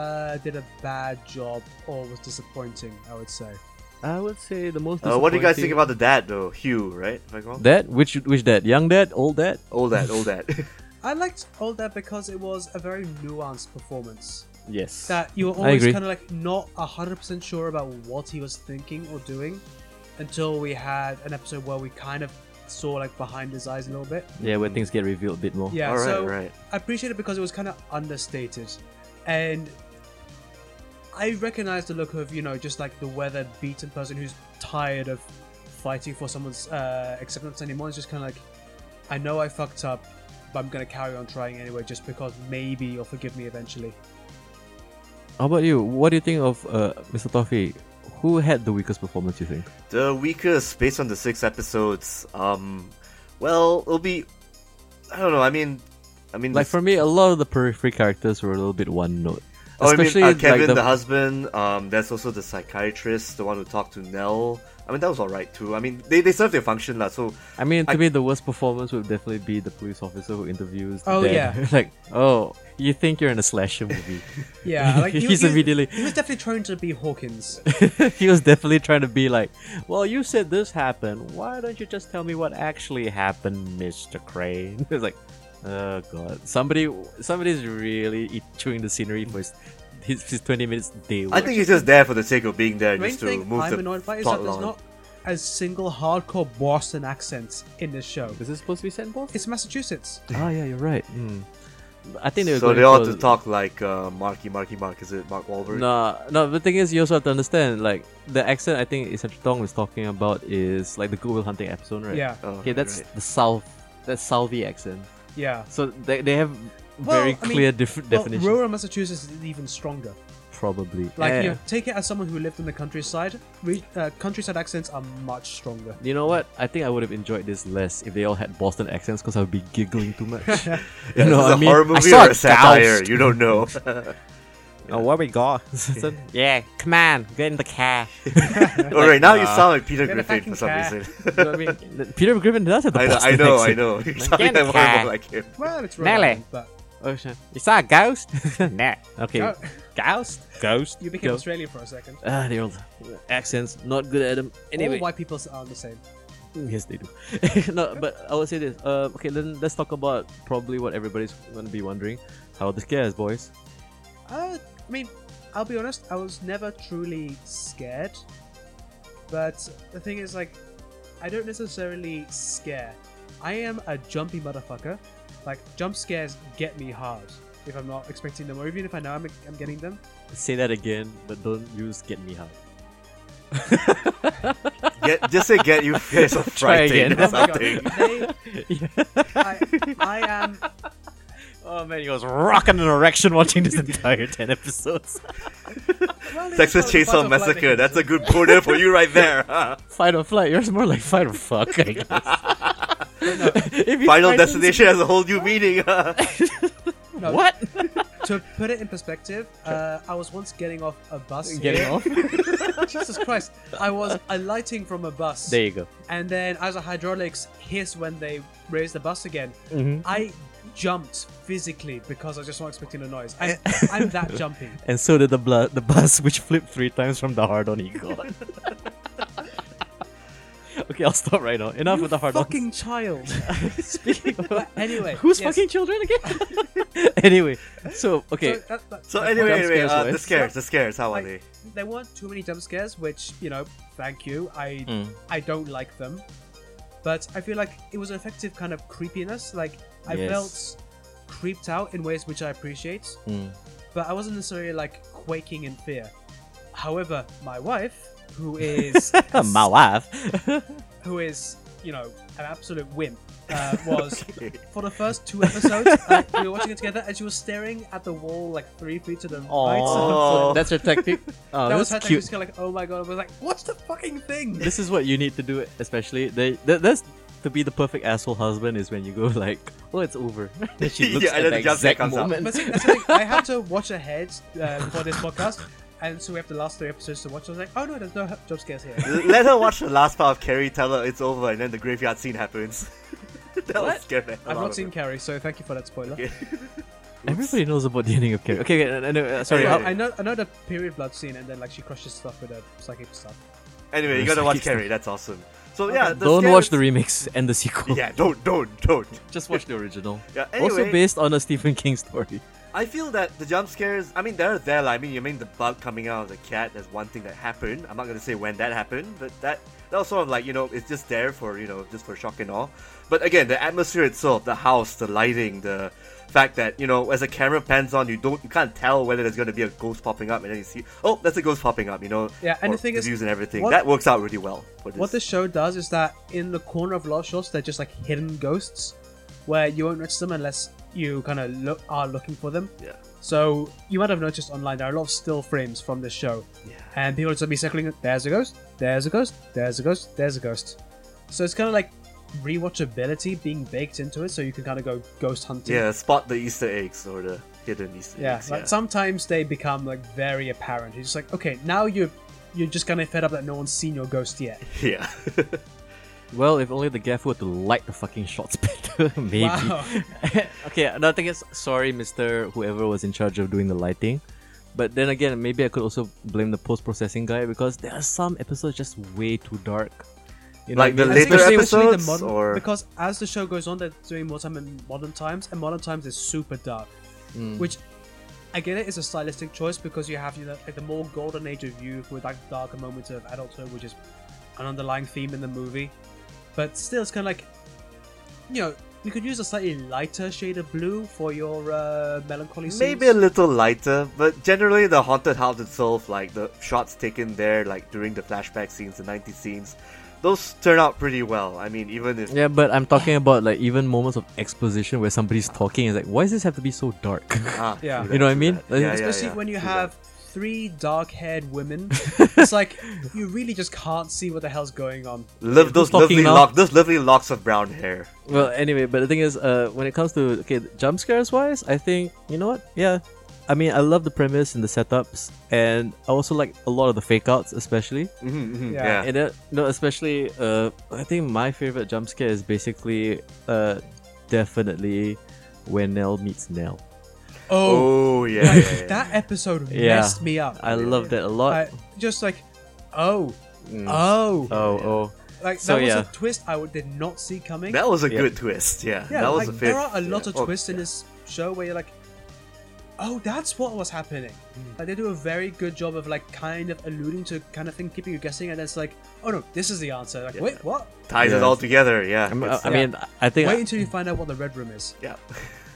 B: uh, did a bad job or was disappointing. I would say.
A: I would say the most.
C: Uh, what do you guys think about the dad, though? Hugh, right? Am I wrong?
A: that? Which which dad? Young dad? Old dad?
C: All that, all
A: [laughs]
C: that.
B: I liked all that because it was a very nuanced performance.
A: Yes.
B: That you were
A: I
B: always
A: agree.
B: kind of like not hundred percent sure about what he was thinking or doing until we had an episode where we kind of saw like behind his eyes a little bit.
A: yeah, where things get revealed a bit more.
B: Yeah,
C: all right,
B: so
C: all right.
B: I appreciate it because it was kind of understated, and I recognized the look of you know just like the weather beaten person who's tired of fighting for someone's uh, acceptance anymore. It's just kind of like, I know I fucked up, but I'm gonna carry on trying anyway, just because maybe you'll forgive me
A: [laughs]
B: eventually.
A: How about you? What do you think of uh, Mr. Toffee? Who had the weakest performance? You think?
C: The weakest, based on the six episodes, um, well, it'll be. I don't know. I mean, I mean,
A: Like
C: this-
A: for me, a lot of the periphery characters were a little bit one note.
C: oh, I mean,
A: Especially
C: uh, Kevin,
A: like
C: the...
A: the,
C: husband. Um, there's also the psychiatrist, the one who talked to Nell. I mean, that was all right too. I mean, they, they served their function, lah. So
A: I mean, to
C: I-
A: me, the worst performance would definitely be the police officer who interviews. the
B: Oh,
A: dad.
B: yeah.
A: [laughs] like, oh, you think you're in a slasher movie? [laughs]
B: Yeah, like he,
A: he's
B: he,
A: immediately.
B: he was definitely trying to be
C: [laughs]
B: Hawkins.
A: he was definitely trying to be like, well, you said this happened. Why don't you just tell me what actually happened, Mister Crane? [laughs] It's like, oh god, somebody, somebody's really eat- chewing the scenery for his, his, his twenty minutes day.
C: I
A: work.
C: think he's just there for the sake of being there,
B: The main
C: just to
B: thing
C: move
B: I'm
C: the
B: annoyed by is
C: plot
B: that there's
C: along.
B: not a single hardcore Boston accent in this show.
A: is this supposed to be sent both?
B: It's Massachusetts.
A: Oh yeah, you're right. Hmm. I think they were
C: so
A: going
C: they ought
A: for-
C: to talk like uh, Marky Marky Mark. Is it Mark Wahlberg?
A: No, no. The thing is, you also have to understand, like the accent. I think Essential Tong was talking about is like the Google Hunting episode, right?
B: Yeah,
C: Oh,
A: Okay,
C: right,
A: that's
C: right.
A: the South. That's Southie accent.
B: yeah.
A: So they, they have
B: Well,
A: very
B: I mean,
A: clear different
B: Well,
A: definitions.
B: rural Massachusetts is even stronger.
A: Probably.
B: Like
A: Eh,
B: you know, take it as someone who lived in the countryside. Re- uh, countryside accents are much stronger.
A: you know what? I think I would have enjoyed this less if they all had Boston accents, because I would be giggling too
B: [laughs]
A: much.
C: Yeah,
A: [laughs] you know
C: is
A: what I
C: this a
A: mean?
C: horror
A: I
C: movie
A: saw
C: or a
A: it
C: satire?
A: doused.
C: You don't know.
A: [laughs] Oh, where we [laughs] go? yeah, come on, get in the car.
C: All right, now you
A: uh,
C: sound like Peter
B: get a fucking
C: Griffin for some
B: cat.
C: reason. [laughs]
A: you know what I mean? Peter Griffin does have the
C: I know,
A: Boston
C: I know, I
A: accent. [laughs]
C: know. You sound
A: get a
C: more
A: cat.
C: like him.
B: Well, it's
A: Nelly.
B: relevant, but
A: Oh shit! You saw a ghost? [laughs] nah. Okay.
B: Go-
A: Ghost? Ghost?
B: you became
A: Go-
B: Australian for a second.
A: Ah, the old accents, not good at them. Anyway,
B: All white people aren't the same.
A: yes, they do. [laughs] no, but I would say this. Uh, okay, then let's talk about probably what everybody's going to be wondering. How are the scares, boys?
B: Uh, I mean, I'll be honest, I was never truly scared. But the thing is, like, I don't necessarily scare. I am a jumpy motherfucker. Like, jump scares get me hard if I'm not expecting them, or even if I know I'm, I'm getting them.
A: Say that again, but don't use get me hard.
C: Get just say get you face of
A: [laughs] Try
C: frightened
A: again.
C: or
B: Oh my god,
C: something.
B: they,
A: [laughs] Yeah.
B: I, I um, am.
A: Oh man, he was rocking an erection watching this entire 10 episodes.
B: Well, it's
C: Texas
B: called
C: Chainsaw
B: butterfly
C: Massacre. That's a
B: mechanism.
C: good border for you
B: [laughs]
C: right there. huh?
A: [laughs] Fight or flight, yours more like fight or fuck, I [laughs] guess. If he
C: [laughs] Final
A: frightens-
C: Destination has a whole new meaning. [laughs] huh?
B: No,
A: [laughs] What?
B: To put it in perspective,
A: [laughs]
B: uh, I was once getting off a bus.
A: Getting off?
B: [laughs] Jesus Christ! I was alighting from a bus,
A: There you go.
B: and then as a hydraulics hiss when they raised the bus again,
A: Mm-hmm.
B: I jumped physically because I just wasn't expecting a noise. I'm, I'm
A: [laughs]
B: that jumpy.
A: And so did the bla- the bus, which flipped three times from the hard on he
B: [laughs]
A: got. okay, I'll stop right now. Enough with the hard on.
B: Fucking child.
A: [laughs] Speaking of-
B: But [laughs] anyway,
A: Who's
B: yes.
A: fucking children again? [laughs] anyway, so, okay.
B: So that- that-
C: So
A: Like,
C: anyway,
A: jump
C: anyway,
A: scares
C: uh,
A: wise.
C: the scares, the scares. How are they?
B: Like, there weren't too many jump scares, which you know, thank you. I
A: Mm.
B: I don't like them, but I feel like it was an effective kind of creepiness. Like I
A: Yes.
B: felt creeped out in ways which I appreciate,
A: Mm.
B: but I wasn't necessarily like quaking in fear. However, my wife,
A: [laughs]
B: who is
A: My
B: [laughs]
A: wife. [laughs]
B: who is you know an absolute wimp, uh, was for the first two episodes uh, we were watching it together, and she was staring at the wall like three feet to the right.
A: Oh,
C: Aw.
A: that's her
B: [laughs]
A: tactic. Oh,
B: That was her
A: that's
B: thing. She
A: cute.
B: was kind of like, "Oh my god!" I was like, "What's the fucking thing?"
A: this is what you need to do, especially they. That, that's to be the perfect asshole husband is when you go like, "Oh, it's over." Then she [laughs]
C: Yeah,
A: looks
C: and
A: at
C: then
A: the
C: the jump scare
A: exact
C: comes up.
A: moment.
B: But see, that's the thing. I had to watch ahead uh, for this podcast, and so we have the last three episodes to watch. I was like, oh no, there's no h- jump scares here.
C: L- [laughs] Let her watch the last part of Carrie. Tell her it's over, and then the graveyard scene happens. [laughs] that was scary.
B: I've not
C: [laughs]
B: seen Carrie, so thank you for that spoiler.
C: Okay.
A: Everybody knows about the ending of Carrie. Okay, okay, no, no, uh, sorry.
B: Anyway,
A: how-
B: I know, I know the period blood scene, and then like she crushes stuff with her psychic stuff.
C: Anyway, you gotta watch Carrie. That's awesome. So yeah, the
A: don't
C: scares-
A: watch the remix and the sequel.
C: Yeah, don't, don't, don't.
A: just watch the original.
C: [laughs] Yeah.
A: Also
C: Anyway,
A: based on a Stephen King story.
C: I feel that the jump scares, I mean, they're there. Like, I mean, you mean the bug coming out of the cat, that's one thing that happened. I'm not going to say when that happened, but that, that was sort of like, you know, it's just there for, you know, just for shock and awe. But again, the atmosphere itself, the house, the lighting, the fact that, you know, as the camera pans on, you don't, you can't tell whether there's going to be a ghost popping up, and then you see, oh, that's a ghost popping up, you know.
B: Yeah, and
C: or
B: the thing is,
C: views and everything.
B: what-
C: that works out really well for this.
B: What this show does is that in the corner of a lot of shots, they're just like hidden ghosts, where you won't notice them unless you kind of look are looking for them.
C: Yeah.
B: So you might have noticed online there are a lot of still frames from this show,
C: Yeah.
B: and people just be circling. There's a ghost. There's a ghost. There's a ghost. There's a ghost. So it's kind of like rewatchability being baked into it, so you can kind of go ghost hunting.
C: Yeah, spot the Easter eggs or the hidden Easter
B: Yeah,
C: eggs.
B: like sometimes they become like very apparent. You're just like, okay, now you're you're just kind of fed up that no one's seen your ghost yet.
C: [laughs] yeah.
A: Well, if only the gaff were to light the fucking shots [laughs] better, maybe.
B: Wow.
A: [laughs] okay, another thing is, sorry, Mister, whoever was in charge of doing the lighting. But then again, maybe I could also blame the post processing guy because there are some episodes just way too dark. You
C: Like the
A: what I mean?
C: later
A: Especially-
B: especially- especially
C: episodes,
B: the modern,
C: or-
B: because as the show goes on, they're doing more time in modern times, and modern times is super dark, which I get it is a stylistic choice because you have you know, like the more golden age of youth with like darker moments of adulthood, which is an underlying theme in the movie, but still it's kind of like you know you could use a slightly lighter shade of blue for your uh, melancholy.
C: Maybe a
B: scenes.
C: little lighter, but generally the haunted house itself, like the shots taken there, like during the flashback scenes, the 90s scenes, those turn out pretty well. I mean, even if
A: Yeah, but I'm talking about like even moments of exposition where somebody's talking. It's like, why does this have to be so dark? [laughs]
C: ah,
B: Yeah.
C: true
A: You know what I
C: true
A: mean?
C: that. Yeah,
B: especially
C: yeah, yeah,
B: when you
C: true
B: have three dark-haired
C: [laughs]
B: women. it's like you really just can't see what the hellell's going on.
C: that. Love those
A: talking
C: lovely
A: now?
C: locks, those lovely locks of brown hair.
A: Well, anyway, but the thing is, uh, when it comes to okay jump scares wise, I think you know what? Yeah, I mean, I love the premise and the setups, and I also like a lot of the fake outs, especially.
C: Mhm, mhm,
B: Yeah.
C: yeah.
A: And then, no, especially, uh, I think my favorite jump scare is basically, uh, definitely when Nell meets Nell.
C: Oh yeah. yeah, yeah,
A: [laughs]
C: yeah.
B: that episode
A: Yeah.
B: messed me up.
A: I love that a lot.
B: I- just like, oh,
A: Mm.
B: oh,
A: oh, oh,
B: like
A: so
B: that was
A: yeah.
B: a twist I w- did not see coming.
C: That was a
A: Yeah.
C: good twist. Yeah,
B: yeah,
C: that was
B: like
C: a fifth.
B: there are a lot
C: yeah.
B: of
C: Oh,
B: twists in this show where you're like, oh, that's what was happening.
C: Mm.
B: Like they do a very good job of like kind of alluding to kind of thing, keeping you guessing, and then it's like, oh no, this is the answer. Like, wait, what?
C: Ties
A: Yeah.
C: it all together. Yeah.
A: I'm- I,
C: it's-
A: I mean, I think
B: Wait until you find out what the red room is.
C: [laughs] yeah.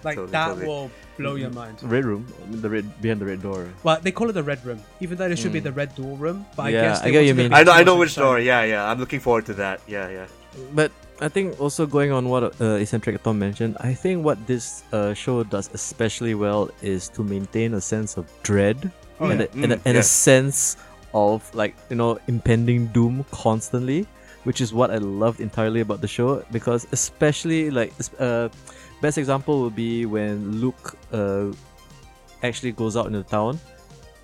B: Like
C: Totally,
B: that
C: totally. Mm-hmm.
B: will blow your mind.
A: red room, the red behind the red door.
B: Well, they call it the red room, even though it should be the red door room. But
A: Yeah,
B: I guess
A: I
B: they
A: get what you
B: wanted
A: mean.
B: to
C: Mm. I know. I
B: make
C: know
B: it
C: which
B: more
C: door. Yeah. Yeah. I'm looking forward to that. Yeah. Yeah.
A: But I think also going on what uh, Eccentric Tom mentioned, I think what this uh, show does especially well is to maintain a sense of dread
B: Oh,
A: and,
B: yeah.
A: a, and, a,
C: Mm,
A: and
C: yeah.
A: a sense of like you know impending doom constantly, which is what I loved entirely about the show because especially like es- uh, best example would be when Luke uh, actually goes out into the town.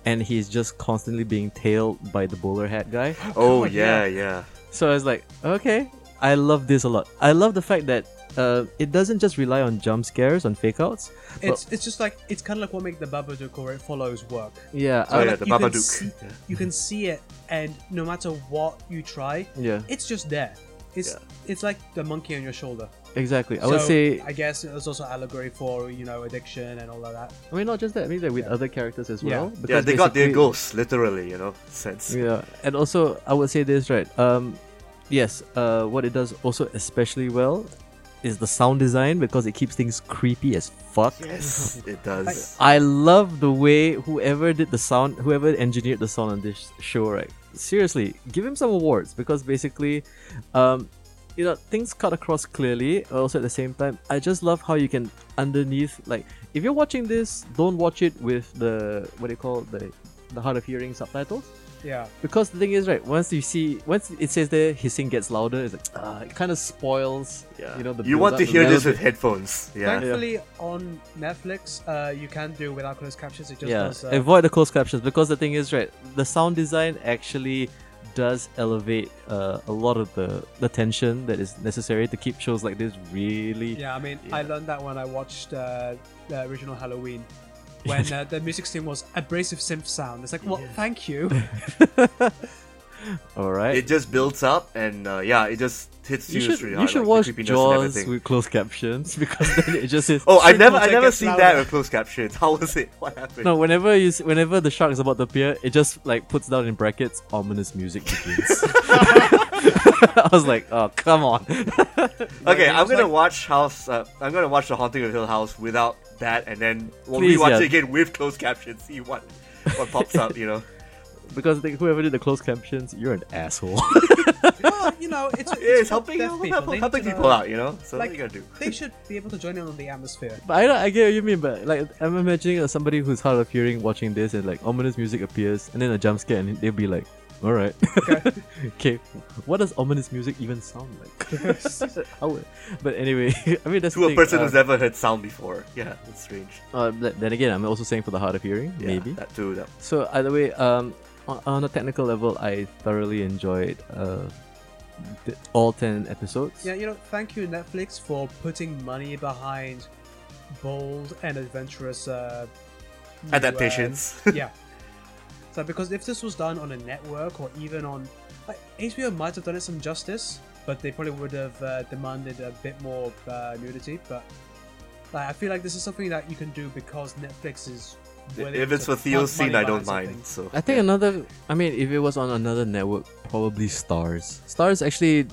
A: And he's just constantly being tailed by the bowler hat guy.
C: Oh
B: God,
C: yeah.
B: yeah.
C: Yeah.
A: So I was like, okay, I love this a lot. I love the fact that uh, it doesn't just rely on jump scares, on fake outs.
B: fun. It's it's just like it's kind of like what make the Babadook or it follows work.
A: Yeah,
C: Oh
A: I-
C: yeah.
B: like,
C: The
B: you can
C: Babadook.
B: see-
C: Yeah.
B: You can see it, and no matter what you try,
A: yeah,
B: it's just there. It's
C: Yeah.
B: it's like the monkey on your shoulder.
A: exactly. I would
B: So,
A: say,
B: I guess it was also allegory for you know addiction and all of that.
A: I mean, not just that, I mean, like with other characters as
B: Yeah.
A: well.
C: Yeah,
A: because
C: they got their
A: basically-
C: ghosts, literally, you know, sense.
A: Yeah, and also I would say this right. Um, yes, uh, what it does also especially well is the sound design because it keeps things creepy as fuck.
C: Yes, it does.
A: I love the way whoever did the sound, whoever engineered the sound on this show, right? Seriously, give him some awards because basically, um, you know, things cut across clearly. Also, at the same time, I just love how you can underneath, like, if you're watching this, don't watch it with the what do you call the the hard of hearing subtitles
B: Yeah,
A: because the thing is, right? Once you see, once it says there, hissing gets louder. It's like, ah, it kind of spoils.
C: yeah.
A: You know, the
C: you want to
A: build-up, the
C: hear this
A: melody.
C: with headphones. Yeah.
B: thankfully on Netflix, uh, you can do without closed captions. It just
A: yeah,
B: does. Uh,
A: avoid the closed captions because the thing is, right? The sound design actually does elevate uh, a lot of the, the tension that is necessary to keep shows like this really.
B: yeah, I mean,
C: Yeah.
B: I learned that when I watched uh, the original
A: [laughs]
B: Halloween, when uh, the music scene was abrasive synth sound. It's like, well, thank you.
A: All right.
C: It just builds up, and uh, yeah, it just hits
A: you
C: you,
A: should
C: straight
A: you
C: hard,
A: should
C: like, the
A: watch
C: creepiness and
A: Jaws
C: everything.
A: with closed captions [laughs] because then it just is.
C: Oh, I
B: Sequels
C: never, I
B: that
C: never
B: gets
C: seen
B: louder.
C: that with closed captions. [laughs] How was it? What happened?
A: No, whenever you s- whenever the shark is about to appear, it just like puts down in brackets ominous music
B: [laughs]
A: begins. [laughs] I was like, oh come on. [laughs]
C: okay,
B: it
C: I'm
B: was
C: gonna
B: like-
C: watch House. Uh, I'm gonna watch The Haunting of Hill House without that, and then we'll
A: Please,
C: rewatch
A: yeah.
C: it again with closed captions. See what what pops up. You
A: [laughs]
C: know,
A: because they, whoever did the closed captions, you're an asshole.
B: well, you know,
C: [laughs]
B: it's,
C: yeah, it's
B: for
C: helping
B: deaf
C: help-
B: people. They
C: helping
B: need to
C: people
B: know-
C: out. You know, so
B: Like-
C: what are you gonna do?
B: They should be able to join in on the atmosphere.
A: But I, know, I get what you mean, but like I'm imagining uh, somebody who's hard of hearing watching this and like ominous music appears and then a jump scare and they'll be like, alright. [laughs] Okay. What does ominous music even sound like? [laughs] I would- but anyway, [laughs] I mean that's
C: To
A: the
C: a
A: thing,
C: person
A: uh,
C: who's never heard sound before. Yeah, it's strange.
A: uh, th- then again I'm also saying for the hard of hearing,
C: Yeah,
A: maybe.
C: that too. That
A: So either way, um on, on a technical level I thoroughly enjoyed uh th- all ten episodes.
B: Yeah, you know, thank you Netflix for putting money behind bold and adventurous uh, new, uh,
C: adaptations.
B: [laughs] yeah. So because if this was done on a network or even on like, HBO might have done it some justice, but they probably would have uh, demanded a bit more uh, nudity. But like, I feel like this is something that you can do because Netflix is.
C: [laughs]
B: willing
C: if it's
B: to
C: for Theo's
B: put money
C: scene, I don't
B: behind
C: mind.
B: something.
C: So
A: I think another. I mean, if it was on another network, probably Stars. Stars actually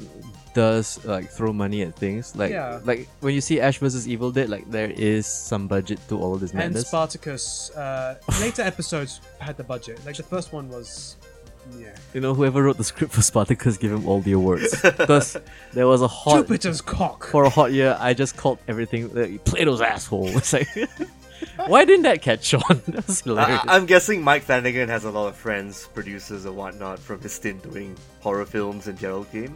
A: does like throw money at things. Like
B: Yeah.
A: like when you see Ash versus Evil Dead, like there is some budget to all of this
B: And
A: madness.
B: Spartacus, uh, later [laughs] episodes had the budget. Like the first one was, yeah.
A: you know, whoever wrote the script for Spartacus, give him all the
B: [laughs]
A: awards because there was a hot
B: Jupiter's cock.
A: for a hot year. I just called everything like, Plato's asshole. [laughs] It's like. Why didn't that catch on? [laughs] That
B: Uh,
A: was hilarious.
C: I, I- I'm guessing Mike Flanagan has a lot of friends, producers, and whatnot from his stint doing horror films and Gerald Game,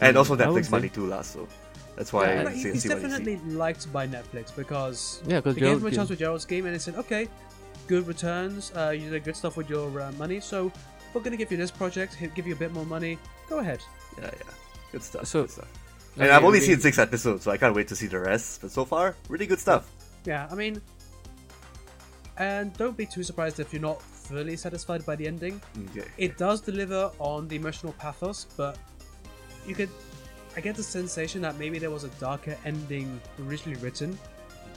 C: and
A: Hmm,
C: also
A: I would
C: Netflix
A: say.
C: money too, last so that's why
A: Yeah,
C: I
B: No,
C: see,
B: he- he's
C: see what you see.
B: definitely liked by Netflix because
A: Yeah, 'cause
B: they gave him a
A: Gerald's
B: chance
A: game.
B: with Gerald's game, and they said, okay, good returns. Uh, you did good stuff with your uh, money, so we're gonna give you this project, he- give you a bit more money. Go ahead.
C: Yeah, yeah, good stuff.
A: So-
C: good stuff. And
A: okay,
C: I've only
A: okay.
C: seen six episodes, so I can't wait to see the rest. But so far, really good stuff.
B: Yeah, I mean, and don't be too surprised if you're not fully satisfied by the ending.
C: Okay.
B: It does deliver on the emotional pathos, but you could. I get the sensation that maybe there was a darker ending originally written,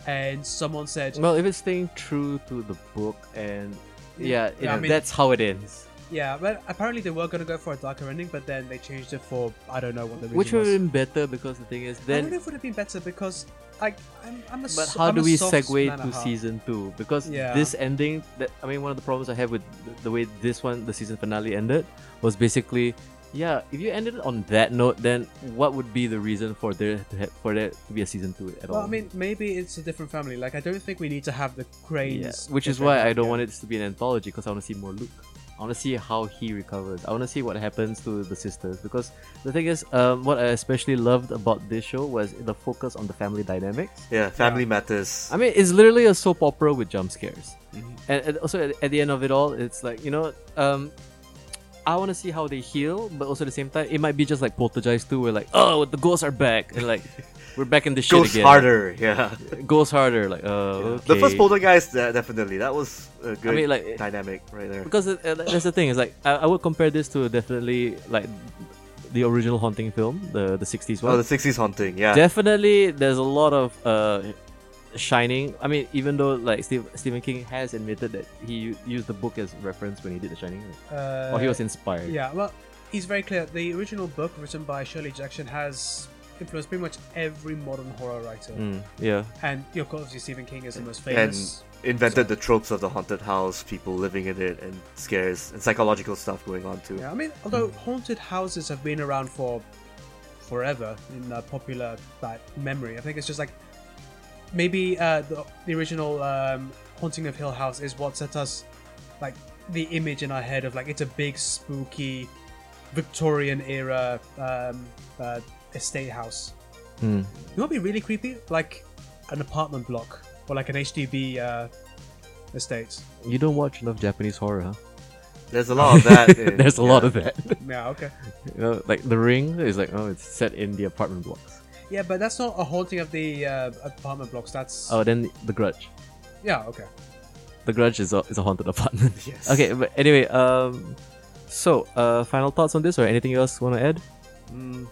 B: and someone said,
A: Well, if it's staying true to the book and yeah, it,
B: Yeah, I mean-
A: that's how it ends.
B: yeah, but apparently they were gonna go for a darker ending, but then they changed it for I don't know what the reason
A: Which would
B: was.
A: have been better because the thing is
B: I don't know
A: then.
B: if it would have been better because I I'm, I'm a.
A: But
B: so-
A: how
B: I'm
A: do
B: a
A: we
B: soft
A: segue
B: man at
A: to
B: heart.
A: season two? Because
B: Yeah.
A: this ending, that I mean, one of the problems I have with the, the way this one, the season finale ended, was basically, yeah, if you ended it on that note, then what would be the reason for there to ha- for there to be a season two at
B: Well,
A: all?
B: I mean, maybe it's a different family. Like, I don't think we need to have the
A: Yeah,
B: cranes.
A: which is
B: different
A: why I
B: back
A: don't
B: end.
A: want it to be an anthology because I want to see more Luke. I want to see how he recovers. I want to see what happens to the sisters because the thing is, um, what I especially loved about this show was the focus on the family dynamics.
C: Yeah, family matters.
A: I mean, it's literally a soap opera with jump scares,
C: Mm-hmm.
A: and, and also at, at the end of it all, it's like you know, um, I want to see how they heal, but also at the same time, it might be just like Poltergeist 2, where like, oh, the ghosts are back, and
C: [laughs]
A: like we're back in the shit
C: Goes
A: again.
C: harder, [laughs] yeah.
A: Goes harder. Like, uh,
C: The first
A: okay.
C: Poltergeist, uh, definitely. That was a good
A: mean, like,
C: dynamic right there.
A: because it, uh, that's the thing is like I, I would compare this to definitely like the original haunting film the the 60s one
C: Oh, the 60s haunting, yeah.
A: [laughs] definitely there's a lot of uh shining i mean even though like Steve, stephen king has admitted that he u- used the book as reference when he did the shining right?
B: Uh,
A: or Oh, he was inspired
B: Yeah, well, he's very clear. The original book written by Shirley Jackson has influenced pretty much every modern horror writer.
A: Mm, yeah
B: And you know, obviously, Stephen King is the most
C: and
B: famous.
C: invented the tropes of the haunted house, people living in it, and scares and psychological stuff going on too.
B: yeah, I mean, although haunted houses have been around for forever in uh, popular like, memory, I think it's just like maybe uh, the, the original um, Haunting of Hill House is what set us like the image in our head of like it's a big spooky Victorian era um, uh, estate house.
A: Mm.
B: You want to be really creepy? Like an apartment block or like an HDB uh, estate.
A: you don't watch enough japanese horror huh?
C: There's a lot of
A: [laughs]
C: that. in-
A: there's a
C: yeah.
A: lot of that [laughs]
B: Yeah, okay.
A: you know, like the ring is like oh it's set in the apartment blocks
B: Yeah, but that's not a haunting of the uh, apartment blocks. That's
A: oh then the grudge
B: yeah, okay.
A: The Grudge is a, is a haunted apartment.
C: Yes.
A: Okay, but anyway, um, so uh, final thoughts on this, or anything else want to add?
C: Mm,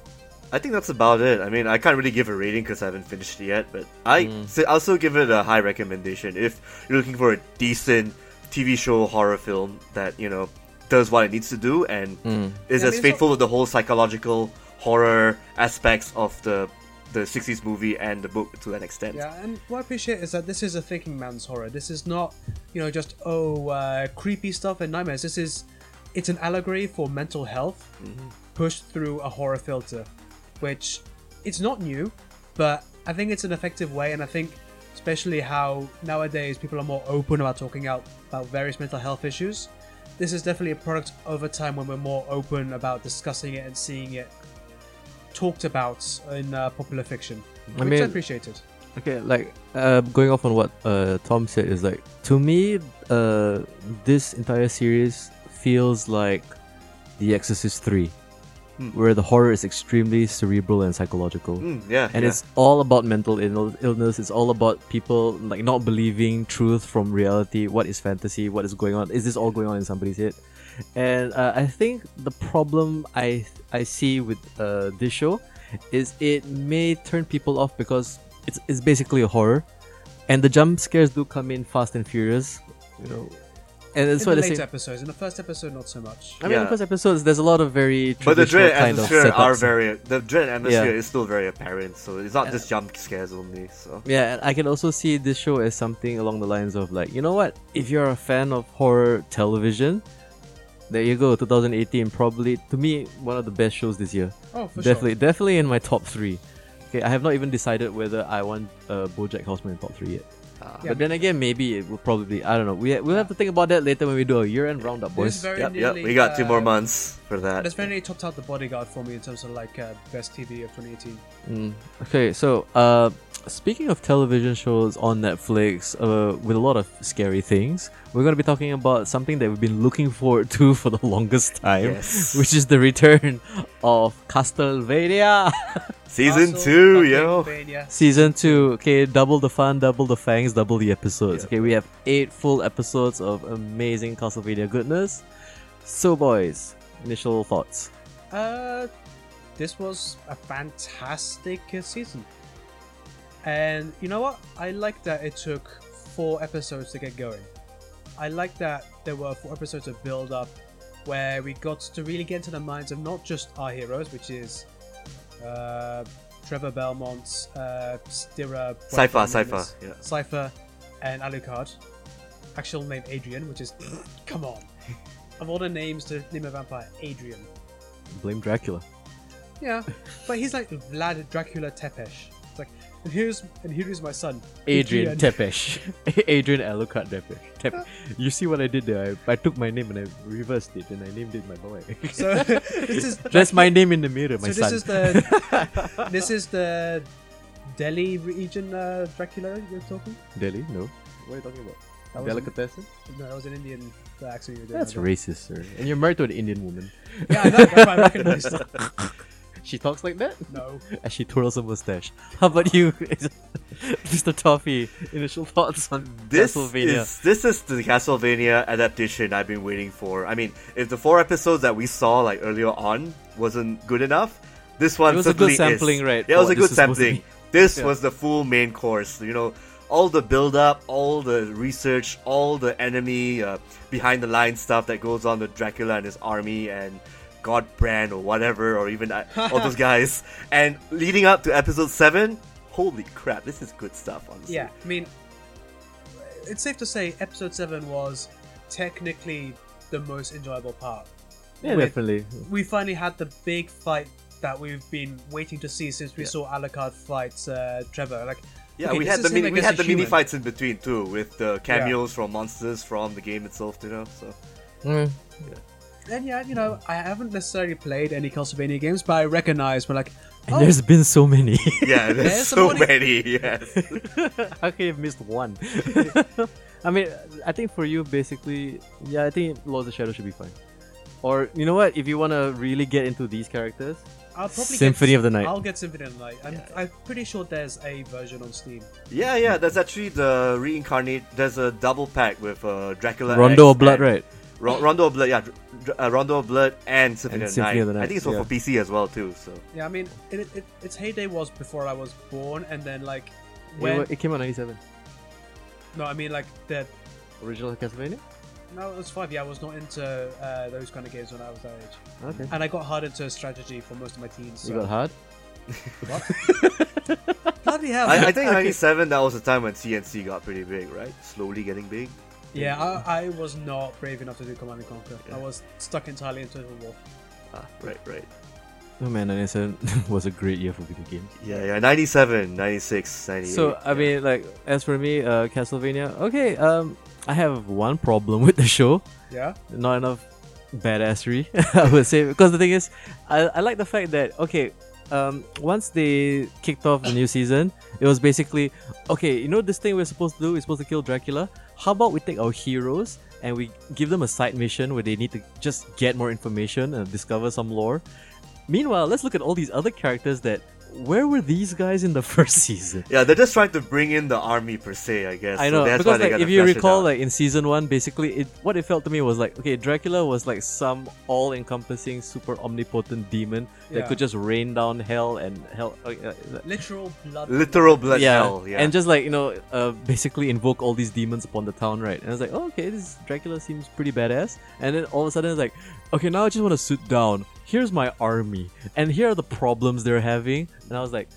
C: I think that's about it. I mean, I can't really give a rating because I haven't finished it yet, but I
A: Mm.
C: so I'll still give it a high recommendation if you're looking for a decent TV show horror film that you know does what it needs to do and
A: Mm.
C: is
B: Yeah, I mean,
C: as
B: so-
C: faithful to the whole psychological horror aspects of the the 60s movie and the book to an extent.
B: Yeah, and what I appreciate is that this is a thinking man's horror. This is not, you know, just oh uh, creepy stuff and nightmares. This is, it's an allegory for mental health
A: Mm-hmm.
B: pushed through a horror filter, which it's not new, but I think it's an effective way, and I think especially how nowadays people are more open about talking out about various mental health issues. This is definitely a product of a time when we're more open about discussing it and seeing it talked about in uh, popular fiction,
A: I
B: which
A: mean-
B: I appreciated.
A: Okay, like uh, going off on what uh, Tom said is like to me, uh, this entire series feels like The Exorcist Three, where the horror is extremely cerebral and psychological.
C: Mm, yeah.
A: and
C: yeah.
A: it's all about mental Ill- illness it's all about people like not believing truth from reality what is fantasy what is going on is this all going on in somebody's head and uh, i think the problem i i see with uh, this show is it may turn people off because it's, it's basically a horror and the jump scares do come in fast and furious you know and that's
B: in
A: why
B: the
A: the
B: late
A: same
B: episodes. In the first episode, not so much.
A: I mean, in the
C: Yeah.
A: first episodes, there's a lot of very
C: but the
A: traditional
C: dread
A: kind of
C: atmosphere are
A: setups.
C: very the dread atmosphere
A: Yeah.
C: is still very apparent, so it's not just jump scares only. So
A: Yeah, and I can also see this show as something along the lines of like, you know what? If you're a fan of horror television, there you go, 2018 probably to me one of the best shows this year.
B: Oh, for
A: definitely, definitely in my top three. Okay, I have not even decided whether I want uh, BoJack Horseman in top three yet.
B: Yeah.
A: But then again, maybe it will probably I don't know. We we'll have to think about that later when we do our year-end roundup,
B: sure. This
A: boys.
B: very
C: yep, yep,
B: nearly,
C: we got two more
B: uh,
C: months for that.
B: This very nearly topped out the bodyguard for me in terms of like uh, best TV of 2018.
A: Mm. Okay, so uh, speaking of television shows on Netflix uh, with a lot of scary things, we're going to be talking about something that we've been looking forward to [laughs] for the longest time,
C: Yes.
A: which is the return of Castlevania [laughs]
C: Season
B: Castle,
C: two,
B: fucking
C: yo.
B: Mania.
A: Season 2. Okay, double the fun, double the fangs, double the episodes. Okay, we have eight full episodes of amazing Castlevania goodness. So, boys, initial thoughts.
B: Uh, this was a fantastic uh, season. And you know what? I like that it took four episodes to get going. I like that there were four episodes of build up where we got to really get into the minds of not just our heroes, which is uh, Trevor Belmont, uh, Stira,
C: Cypher,
B: Brightburn,
C: Cypher,
B: Nimbus,
C: yeah.
B: Cypher, and Alucard. Actual name Adrian, which is. [clears throat] come on. Of all the names to name a vampire, Adrian.
A: Blame Dracula.
B: Yeah, but he's like Vlad Dracula Tepesh. It's like, and here's and here is my son,
A: Adrian Tepesh. [laughs] Adrian Alucard Tepesh. Tep- you see what I did there? I, I took my name and I reversed it and I named it my boy. [laughs]
B: So [laughs] this is
A: That's my name in the mirror, my
B: so
A: son.
B: this is the this is the Delhi region uh, Dracula you're talking.
A: [laughs] Delhi? No. What are you talking about?
B: That was
A: Delicatessen?
B: No, that was an Indian uh, accent you were doing.
A: That's
B: I don't-
A: racist, sir. And you're married to an Indian woman.
B: Yeah, I know. That's why I recognized it.
A: She talks like that? [laughs]
B: No,
A: As she twirls her mustache. [laughs] How about you, Mr. Toffee? Initial thoughts on
C: This
A: Castlevania?
C: is this is the Castlevania adaptation I've been waiting for. I mean, if the four episodes that we saw like earlier on wasn't good enough, this one
A: It was a
C: certainly
A: good sampling,
C: is.
A: right, for
C: Yeah, it was
A: what
C: a good
A: this was supposed to
C: sampling.
A: be.
C: This
A: Yeah.
C: was the full main course. You know, all the build up, all the research, all the enemy uh, behind the line stuff that goes on with Dracula and his army and Godbrand or whatever,
A: [laughs]
C: or even uh, all those guys. And leading up to episode seven, holy crap, this is good stuff. Honestly,
B: yeah. I mean, it's safe to say episode seven was technically the most enjoyable part.
A: yeah,
B: with-
A: definitely.
B: we finally had the big fight that we've been waiting to see since we
C: Yeah.
B: saw Alucard fight uh, Trevor. Like,
C: Yeah,
B: okay,
C: we
B: this
C: had
B: is
C: the
B: him
C: mini, we
B: against
C: had
B: a
C: the mini
B: human.
C: fights in between too, with the cameos from monsters from the game itself, you know. So [laughs]
A: Mm.
B: And yeah, you know, I haven't necessarily played any Castlevania games, but I recognize we're like,
A: And
B: oh,
A: there's been so many. [laughs]
C: yeah, there's
B: There's
C: so
B: somebody-
C: many. [laughs] Yes.
A: [laughs] How can you have missed
C: [laughs]
A: one? I mean, I think for you, basically, yeah, I think Lords of Shadow should be fine. Or, you know what, if you want to really get into these characters,
B: oh, I'll probably
A: Symphony
B: get,
A: of the Night.
B: I'll get Symphony of the Night. I'm, I'm pretty sure there's a version on Steam.
C: yeah, yeah. There's actually the reincarnate. There's a double pack with uh, Dracula.
A: Rondo
C: X
A: of Blood,
C: and-
A: right?
C: Ro- Rondo of Blood. Yeah, Dr- Dr- uh, Rondo of Blood and Symphony,
A: And
C: of, the
A: Symphony
C: Night.
A: of the
C: I
A: Night,
C: think it's also
A: yeah.
C: for PC as well too.
B: [laughs]
C: So
B: Yeah, I mean, it, it, its heyday was before I was born, and then like,
A: It
B: when?
A: wa- It, came out 97.
B: no, I mean like the
A: Original Castlevania?
B: no, it was five. Yeah, I was not into uh, those kind of games when I was that age,
A: Okay.
B: and I got hard into strategy for most of my teens.
A: You
B: so-
A: got hard? [laughs]
B: Bloody hell!
C: I, I think
B: [laughs]
C: in '97 that was the time when CNC got pretty big, right? Slowly getting big.
B: Yeah, I, I was not brave enough to do Command and Conquer. I
C: Yeah.
B: was stuck entirely into the war.
C: Ah, right, right.
A: Oh man, 97 [laughs] was a great year for video games.
C: Yeah, yeah. '97, '96, '98.
A: So I mean, like as for me, uh, Castlevania. Okay, um, I have one problem [laughs] with the show.
B: Yeah,
A: Not enough badassery, [laughs] I would say. Because the thing is, I, I like the fact that okay, um, once they kicked off the new season, it was basically okay. You know this thing we're supposed to do? We're supposed to kill Dracula. How about we take our heroes and we give them a side mission where they need to just get more information and discover some lore. Meanwhile, let's look at all these other characters that. Where were these guys in the [laughs] first season?
C: Yeah, they're just trying to bring in the army per se, I guess.
A: I
C: So
A: know
C: that's why
A: because
C: they
A: like
C: gotta
A: if you
C: flesh it
A: recall
C: out.
A: like in season one, basically it what it felt to me was like okay, Dracula was like some all-encompassing, super omnipotent demon
B: Yeah.
A: that could just rain down hell and hell. Uh, uh,
B: literal blood.
C: literal blood
A: yeah.
C: hell, yeah.
A: and just like you know, uh, basically invoke all these demons upon the town, right? And I was like, oh, okay, this Dracula seems pretty badass. And then all of a sudden, it's like, okay, now I just want to sit down. Here's my army, and here are the problems they're having. And I was like,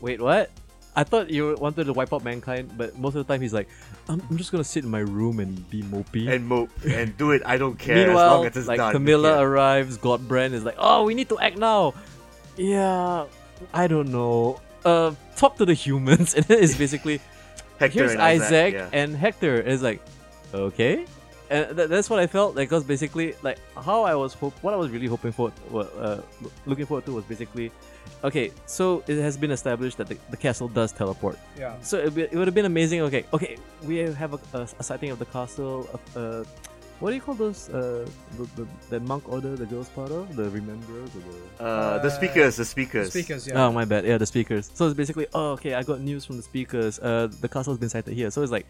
A: wait, what? I thought you wanted to wipe out mankind, but most of the time he's like, I'm, I'm just gonna sit in my room and be mopey.
C: and mope and do it. I don't care as
A: Meanwhile,
C: long as it's
A: like
C: done.
A: Camilla
C: yeah.
A: arrives, Godbrand is like, "Oh, we need to act now." Yeah, I don't know. Uh, talk to the humans, [laughs] and then it's basically
C: Hector
A: here's
C: and
A: Isaac
C: yeah.
A: and Hector. And it's like, okay, and th- that's what I felt like. Cause basically, like how I was hope, what I was really hoping for, wa- uh, lo- looking forward to was basically, okay. So it has been established that the, the castle does teleport.
B: Yeah,
A: So it, it would have been amazing. Okay, okay, we have a, a, a sighting of the castle. Uh, uh, what do you call those? Uh, the, the, the monk order, the girls' part of the rememberers, or the
C: uh, the speakers, the speakers.
B: speakers. Yeah,
A: Oh my bad. Yeah, the speakers. So it's basically, oh okay, I got news from the speakers. Uh, the castle's been sighted here. So it's like,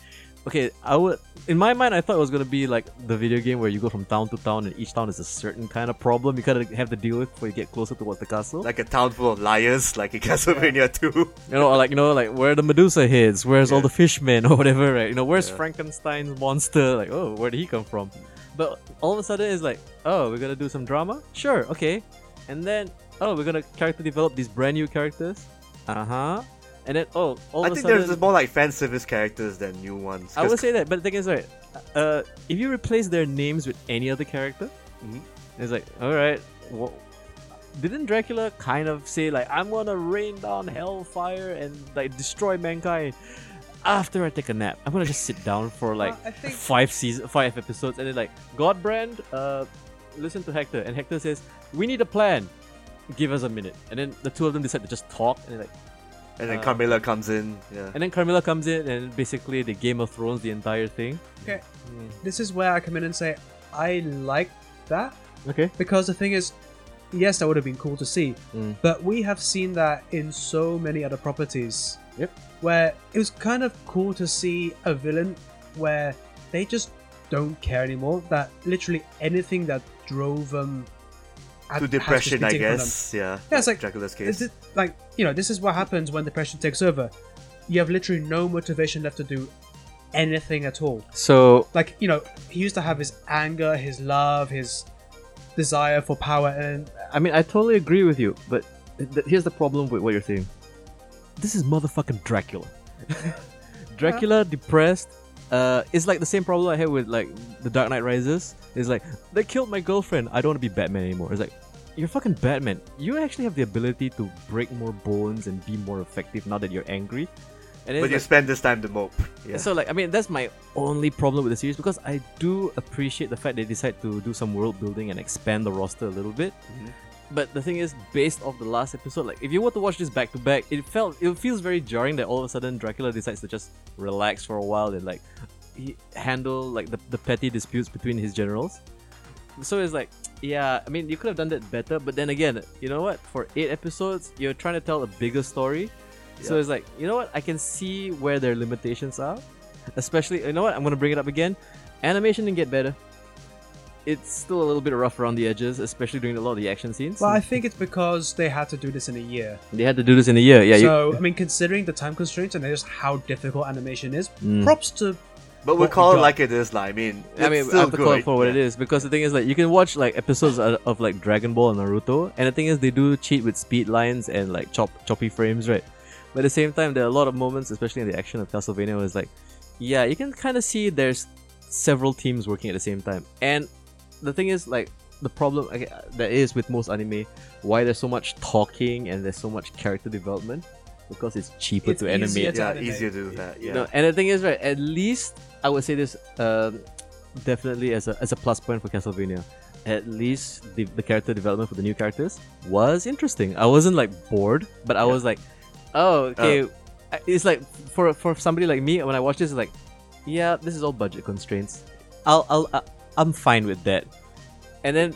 A: okay, I would in my mind I thought it was gonna be like the video game where you go from town to town and each town is a certain kind of problem you kind of have to deal with before you get closer towards the castle.
C: Like a town full of liars, like in [laughs] Castlevania 2.
A: you know, or like you know, like where the Medusa heads, where's all
C: Yeah.
A: the fishmen or whatever, right? You know, where's
C: Yeah.
A: Frankenstein's monster? Like, oh, where did he come from? But all of a sudden, it's like, oh, we're gonna do some drama, sure, okay, and then oh, we're gonna character develop these brand new characters, uh huh, and then oh, all
C: I
A: of a
C: think
A: sudden,
C: there's more like fan service characters than new ones.
A: I
C: 'cause
A: would say that, but the thing is, right, uh, if you replace their names with any other character,
C: Mhm.
A: it's like, all right, wha- didn't Dracula kind of say like, I'm gonna rain down hellfire and like destroy mankind after I take a nap? I'm gonna just sit down for like
B: I think-
A: five season, five episodes, and then like Godbrand, uh, listen to Hector, and Hector says, we need a plan. Give us a minute, and then the two of them decide to just talk, and they're like.
C: And then
A: uh,
C: Carmilla comes in. Yeah.
A: And then Carmilla comes in and basically they Game of Thrones the entire thing.
B: Okay. This is where I come in and say I like that
A: Okay.
B: because the thing is, yes, that would have been cool to see,
A: Mm.
B: but we have seen that in so many other properties.
A: Yep.
B: Where it was kind of cool to see a villain where they just don't care anymore. That literally anything that drove them at-
C: to
B: has just
C: depression,
B: been
C: I
B: taken from them.
C: guess. Yeah.
B: Yeah, it's like-
C: Dracula's
B: Is
C: case.
B: it like you know? This is what happens when depression takes over. You have literally no motivation left to do anything at all.
A: So
B: Like you know, he used to have his anger, his love, his desire for power, and
A: I mean, I totally agree with you, but th- th- here's the problem with what you're saying. This is motherfucking Dracula. [laughs] Dracula depressed. Uh, it's like the same problem I had with like the Dark Knight Rises. It's like they killed my girlfriend. I don't want to be Batman anymore. It's like you're fucking Batman. You actually have the ability to break more bones and be more effective now that you're angry. And then
C: But you spend this time to mope. Yeah.
A: So like I mean that's my only problem with the series because I do appreciate the fact they decide to do some world building and expand the roster a little bit.
C: Mhm.
A: But the thing is, based off the last episode, like if you were to watch this back to back, it felt it feels very jarring that all of a sudden Dracula decides to just relax for a while and like he handle like the, the petty disputes between his generals. So it's like, yeah, I mean you could have done that better, but then again, you know what? For eight episodes, you're trying to tell a bigger story. So
C: Yeah.
A: it's like, you know what? I can see where their limitations are. Especially, you know what? I'm gonna bring it up again. Animation didn't get better. It's still a little bit rough around the edges, especially during a lot of the action scenes.
B: well, I think it's because they had to do this in a year.
A: They had to do this in a year. Yeah, you,
B: so I mean, considering the time constraints and just how difficult animation is,
A: Mm.
B: props to
C: but
B: what
C: we'll
B: we
C: call it
B: got.
C: like it is, like, I mean,
A: I
C: it's
A: mean, I
C: still
A: have to
C: good.
A: call it for what it is because the thing is like you can watch like episodes of, of like Dragon Ball and Naruto, and the thing is they do cheat with speed lines and like chop choppy frames, right? But at the same time, there are a lot of moments, especially in the action of Castlevania, where it's like, yeah, you can kind of see there's several teams working at the same time, and the thing is like the problem okay, that is with most anime why there's so much talking and there's so much character development because it's cheaper
B: It's
A: to
B: easier
A: animate
B: to
C: Yeah,
B: anime.
C: easier to do that. Yeah.
A: no, and the thing is, right? At least I would say this, um, definitely as a as a plus point for Castlevania. At least the, the character development for the new characters was interesting. I wasn't like bored, but I was like, oh, okay. I- It's like for for somebody like me when I watch this, it's like, yeah, this is all budget constraints. I'll I'll I- I'm fine with that. And then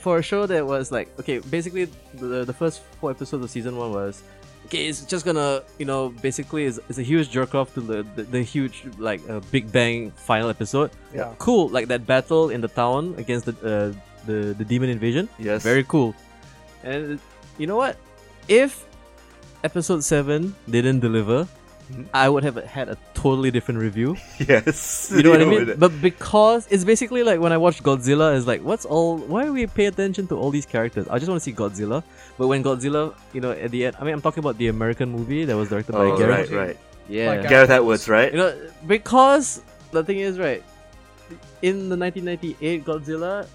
A: for a show that was like okay, basically the the first four episodes of season one was okay, it's just gonna you know basically it's, it's a huge jerk off to the the, the huge like uh, Big Bang final episode.
B: Yeah.
A: cool. Like that battle in the town against the uh, the the demon invasion.
C: Yes.
A: Very cool. And you know what? If episode seven didn't deliver,
C: Mhm.
A: I would have had a totally different
C: [laughs]
A: review
C: [laughs] Yes.
A: you know what I
C: [laughs] Deal with
A: mean?
C: it.
A: But because it's basically like when I watched Godzilla, it's like, what's all? Why we pay attention to all these characters? I just want to see Godzilla. But when Godzilla, you know, at the end, I mean, I'm talking about the American movie that was directed by
C: Oh,
A: Gareth.
C: right,
B: Garrett-
C: right.
A: Yeah,
B: Like,
C: Gareth Edwards, right?
A: you know, because the thing is, right, in the 1998 Godzilla,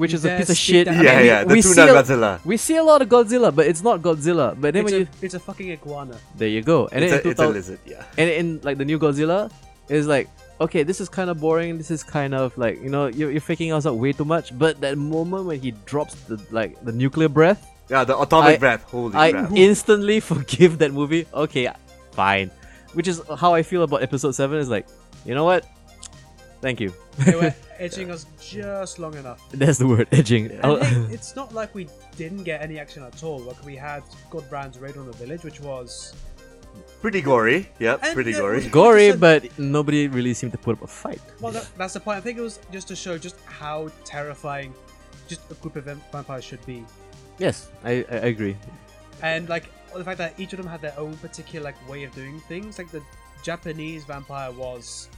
A: which is a
B: Yes,
A: piece of
B: it
A: shit.
B: does.
A: I mean,
C: yeah,
A: we-
C: yeah. The
A: we
C: tuna
A: see a,
C: Godzilla.
A: we see a lot of Godzilla, but it's not Godzilla. But then
B: it's
A: when
B: a,
A: you
B: it's a fucking
A: [laughs]
B: iguana.
A: there you go, and
C: It's
A: then
C: a,
A: in
C: it's a
A: 2000
C: lizard. Yeah.
A: and in like the new Godzilla is like okay this is kind of boring this is kind of like you know you're, you're faking us out way too much but that moment when he drops the like the nuclear breath
C: Yeah. The atomic
A: I-
C: breath. Holy
A: I
C: crap.
A: instantly [laughs] forgive that movie okay fine which is how I feel about episode 7 is like you know what thank you [laughs]
B: They were edging us just long enough.
A: that's the word edging [laughs]
B: And
A: I'll-
B: hey, it's not like we didn't get any action at all. Like we had Godbrand's raid on the village, which was
C: Pretty gory. Yep,
B: And
C: pretty
B: it
C: gory.
B: was-
A: Gory,
B: Just a-
A: but nobody really seemed to put up a fight.
B: Well, that, that's the point. I think it was just to show just how terrifying just a group of vamp- vampires should be,
A: Yes, I, I agree.
B: and like the fact that each of them had their own particular like way of doing things. Like the Japanese vampire was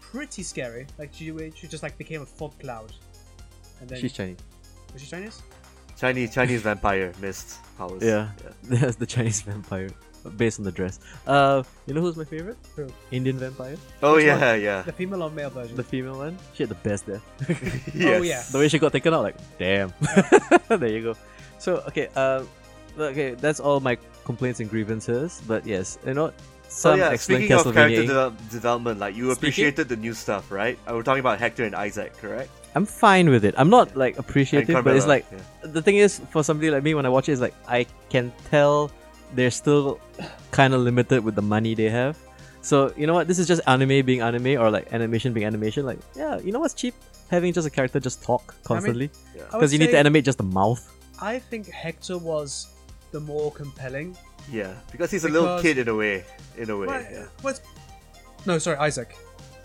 B: pretty scary. Like she, she just like became a fog cloud, and then
A: She's Chinese. [laughs]
B: was she Chinese?
C: Chinese Chinese vampire missed powers.
A: Yeah, that's the Chinese [laughs] vampire, based on the dress. Uh, you know who's my favorite?
B: Who?
A: Indian vampire,
C: Oh
B: Which
C: yeah, yeah.
B: The female or male version?
A: the female one. She had the best death.
C: [laughs] Yes.
B: yeah.
A: Oh, the way she got taken out, like damn. [laughs] there you go. So okay, uh, okay, that's all my complaints and grievances. But yes, you know,
C: So
A: some
C: Oh, yeah,
A: excellent
C: speaking of character
A: Castlevania.
C: devel- development, like you
A: Speaking-
C: appreciated the new stuff, right? Uh, We're talking about Hector and Isaac, correct?
A: I'm fine with it. I'm not like
C: And
A: appreciative, but it's
C: Carmella,
A: like
C: yeah.
A: the thing is, for somebody like me, when I watch it, it's like I can tell they're still kind of limited with the money they have. So you know what? This is just anime being anime, or like animation being animation. Like, yeah, you know what's cheap? Having just a character just talk constantly
B: I would
A: because you need
B: say-
A: to animate just the mouth.
B: I think Hector was the more compelling.
C: yeah, because he's a little
B: Because-
C: kid in a way, in a way.
B: What-
C: yeah.
B: what's- No, sorry, Isaac.